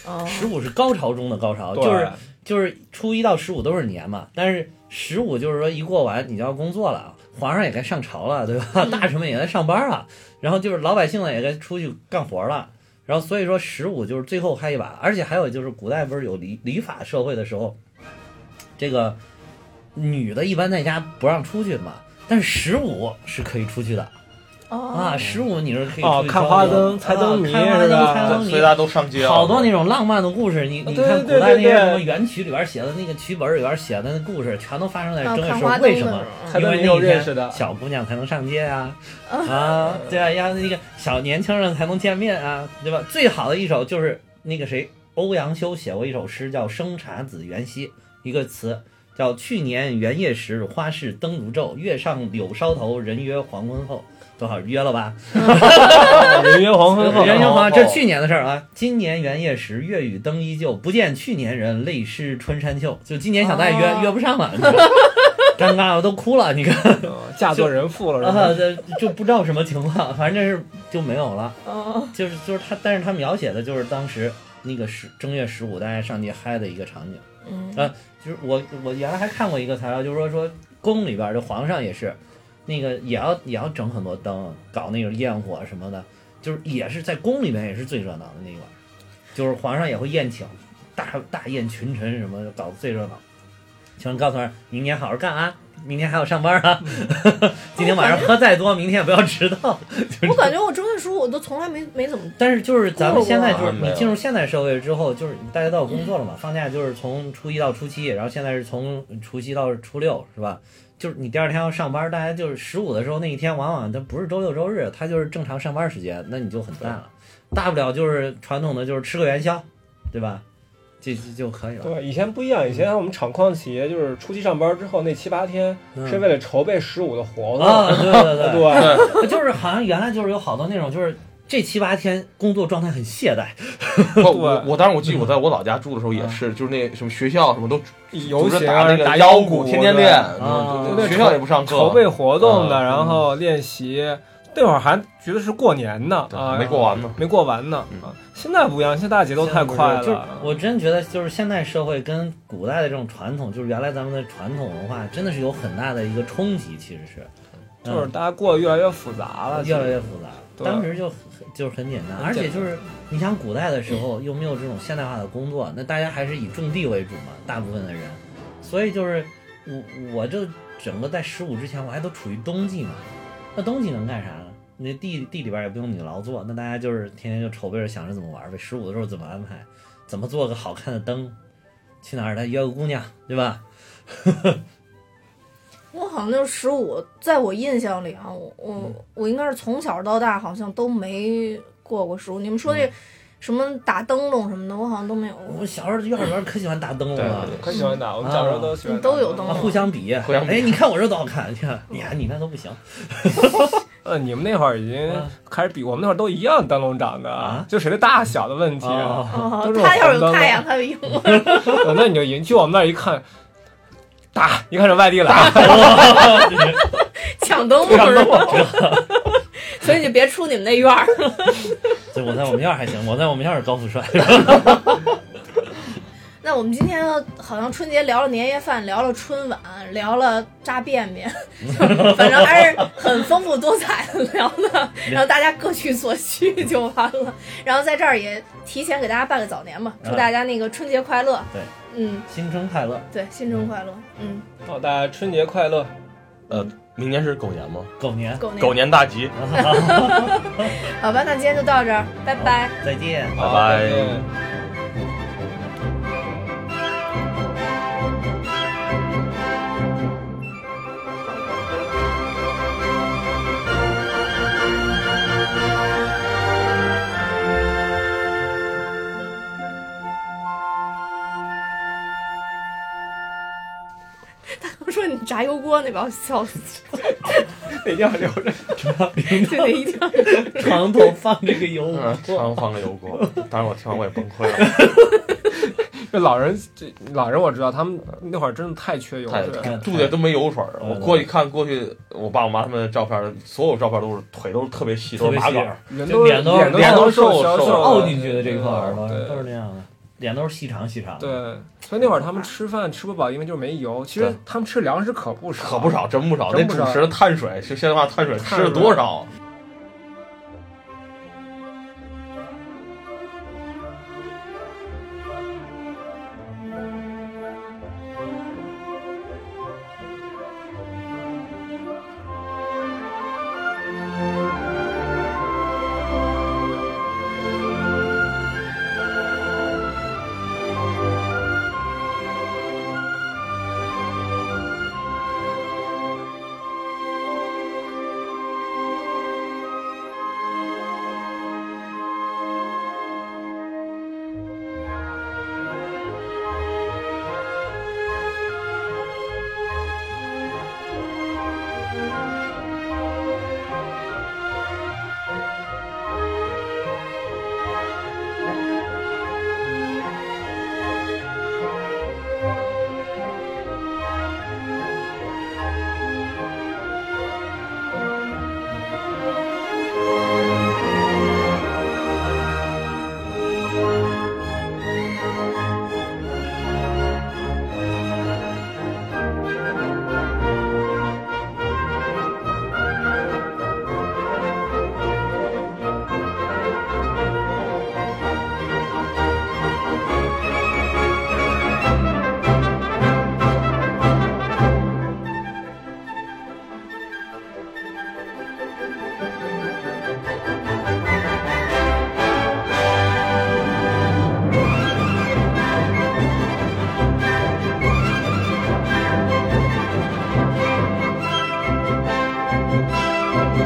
A: 哦
B: 十五是高潮中的高潮，
D: 对啊 *laughs*
B: 就是就是初一到十五都是年嘛，但是十五就是说一过完你就要工作了，啊皇上也该上朝了，对吧？ *laughs* 大臣们也该上班了，然后就是老百姓呢也该出去干活了。然后所以说十五就是最后嗨一把，而且还有就是古代不是有礼礼法社会的时候，这个女的一般在家不让出去嘛，但是十五是可以出去的啊，
A: 哦，
B: 十五你是可以
D: 哦
B: 出去
D: 看
B: 郊游
D: 花灯猜灯谜
B: 啊看花
D: 是吧
B: 灯、猜灯
C: 所
B: 谜
C: 以大，家都上街了，啊
B: 好多那种浪漫的故事，你你
D: 啊对
B: 看古
D: 对
B: 代
D: 对
B: 那些
D: 对
B: 什么元曲里边写的那个曲本里边写的那故事，全都发生在
A: 啊
B: 正月
A: 看
B: 十五
A: 花。灯
B: 为
A: 的
B: 什
A: 时
B: 么？
A: 候
D: 猜
B: 因
D: 灯
B: 为
D: 谜
B: 那
D: 有
B: 一
D: 认
B: 天
D: 识的，
B: 小姑娘才能上街啊
D: *laughs*
B: 啊，对啊，让那个小年轻人才能见面啊，对吧？最好的一首就是那个谁，欧阳修写过一首诗叫《生查子元夕》，一个词叫“去年元夜时，花市灯如昼，月上柳梢头，人约黄昏后”，多好约了吧？
D: 人约黄昏后，
B: 人
C: 约
B: 家
C: 黄
B: 话，
C: 昏后
B: 这是去年的事儿啊。今年元夜时，月与灯依旧，不见去年人，泪湿春衫袖。就今年想再约、
A: 哦
B: 约不上了，你 *laughs* 知道尴尬，我都哭了。你看，
D: 嗯嫁作人妇了，
B: *laughs*
D: 是
B: 啊， *laughs*
D: 吧？
B: 这就不知道什么情况，反正是就没有了。
A: 哦，
B: 就是就是他，但是他描写的就是当时那个十正月十五大家上街嗨的一个场景。 *laughs*
A: 嗯
B: 啊就是我我原来还看过一个材料，就是说说宫里边儿就皇上也是，那个也要也要整很多灯，搞那个焰火什么的，就是也是在宫里面也是最热闹的那一晚。就是皇上也会宴请，大大宴群臣什么的，搞得最热闹。请告诉他，明年好好干啊，明天还要上班啊， *laughs* 今天晚上喝再多，明天也不要迟到。
A: 我感觉我中文书我都从来没没怎么
B: 但是就是咱们现在就是
C: 过
B: 你
C: 了
B: 进入现代社会之后，就是大家都有工作了嘛，放假就是从初一到初七，然后现在是从除夕到初六，是吧？就是你第二天要上班，大家就是十五的时候那一天，往往它不是周六周日，它就是正常上班时间，那你就很淡了，大不了就是传统的就是吃个元宵，对吧？这这就可以了。
D: 对，以前不一样，以前我们厂矿企业就是初七上班之后那七八天
B: 嗯
D: 是为了筹备十五的活动，
B: 啊，对对对， *laughs*
D: 对，
B: 就是好像原来就是有好多那种，就是这七八天工作状态很懈怠，
C: 我我我当时我记得我在我老家住的时候也是，就是那什么学校什么都
D: 游
C: 组织
D: 行
C: 打那个
D: 打
C: 腰
D: 鼓，
C: 天天
D: 对
C: 练，
B: 啊
C: 嗯对学校也不上课，
D: 筹备活动的，
C: 嗯
D: 然后练习。那会儿还觉得是过年呢，
C: 对
D: 啊，
C: 没过完呢。
D: 没过完呢
C: 嗯
D: 啊！现在不一样，现在大家节奏太快
B: 就是
D: 了。
B: 我真觉得，就是现代社会跟古代的这种传统，就是原来咱们的传统文化，真的是有很大的一个冲击，其实是，嗯
D: 啊就是大家过得越来越复杂了，
B: 越来越复杂。
D: 对
B: 当时就很就是很简单，而且就是你想古代的时候又没有这种现代化的工作，那大家还是以种地为主嘛，大部分的人，所以就是我我就整个在十五之前我还都处于冬季嘛，那冬季能干啥呢？那地地里边也不用你劳作，那大家就是天天就筹备着想着怎么玩呗，十五的时候怎么安排，怎么做个好看的灯，去哪儿再约个姑娘，对吧？
A: 我好像就是十五，在我印象里啊，我我我应该是从小到大好像都没过过十五。你们说这什么打灯笼什么的，我好像都没有过。
B: 我小时候幼儿园可喜欢打灯笼
C: 对
B: 了。
C: 对
D: 可喜欢打，我们小时候都喜欢打。
A: 都有灯
B: 啊，互相比，
C: 互相比
B: 哎，你看我这多好看！你看，你看你那都不
C: *laughs*
B: 行
D: 呃，你们那会儿已经
B: 啊
D: 开始比，我们那会儿都一样灯笼长的，
B: 啊
D: 就谁的大小的问题。
B: 啊！
A: 哦
D: 都是，
A: 他要是
D: 红
A: 有 *laughs*
D: 灯笼
A: 太阳，他就赢了。
D: 呃那你就赢，去我们那儿一看，打，一看是外地来的，
A: 抢灯笼是吗？ *laughs* 所以你别出你们那院儿。
B: 对，我在我们院儿还行，我在我们院儿是高富帅。
A: 那我们今天好像春节聊了年夜饭，聊了春晚，聊了扎便便，反正还是很丰富多彩的聊的，然后大家各取所需就完了。然后在这儿也提前给大家拜个早年吧，祝大家那个春节快乐。
B: 对，
A: 嗯，
B: 新春快乐，
A: 对，新春快乐，嗯，
D: 祝哦大家春节快乐。
C: 呃，明年是狗年吗？
B: 狗年，
A: 狗年，
C: 狗年大吉。
A: 好吧，那今天就到这儿，拜拜。 *laughs*
B: 再见。
C: *laughs*
D: 好
C: 拜
D: 再见
A: 我说你炸油锅那把我笑死，
D: 那一定要留着。
A: 对对，一定要
B: 床头放这个油
C: 嗯，常放个油锅，当然我听完我也崩溃了，
D: 这老人，这老人我知道，他们那会儿真的太缺油
C: 太
D: 水了。
B: 对
C: 肚子都没油水儿。
B: 对
C: 我过去看过去，我爸我妈他们的照片，所有照片都是腿都是特别细，
B: 特
C: 都
B: 别
C: 是
B: 细啊
C: 麻杆儿。
D: 人
B: 就脸都
D: 都
B: 脸
C: 都
D: 瘦
C: 瘦
D: 瘦
C: 瘦
D: 的
B: 凹进去的这一块
C: 嗯
B: 儿嘛，
D: 对
B: 都是那样的，脸都是细长细长的。
D: 对，所以那会儿他们吃饭吃不饱，因为就是没油。其实
C: 对
D: 他们吃粮食可不少，
C: 可不。少，真不少。那
D: 真不
C: 主
D: 少
C: 食的碳水，就现在话碳水吃了多少？
E: 了。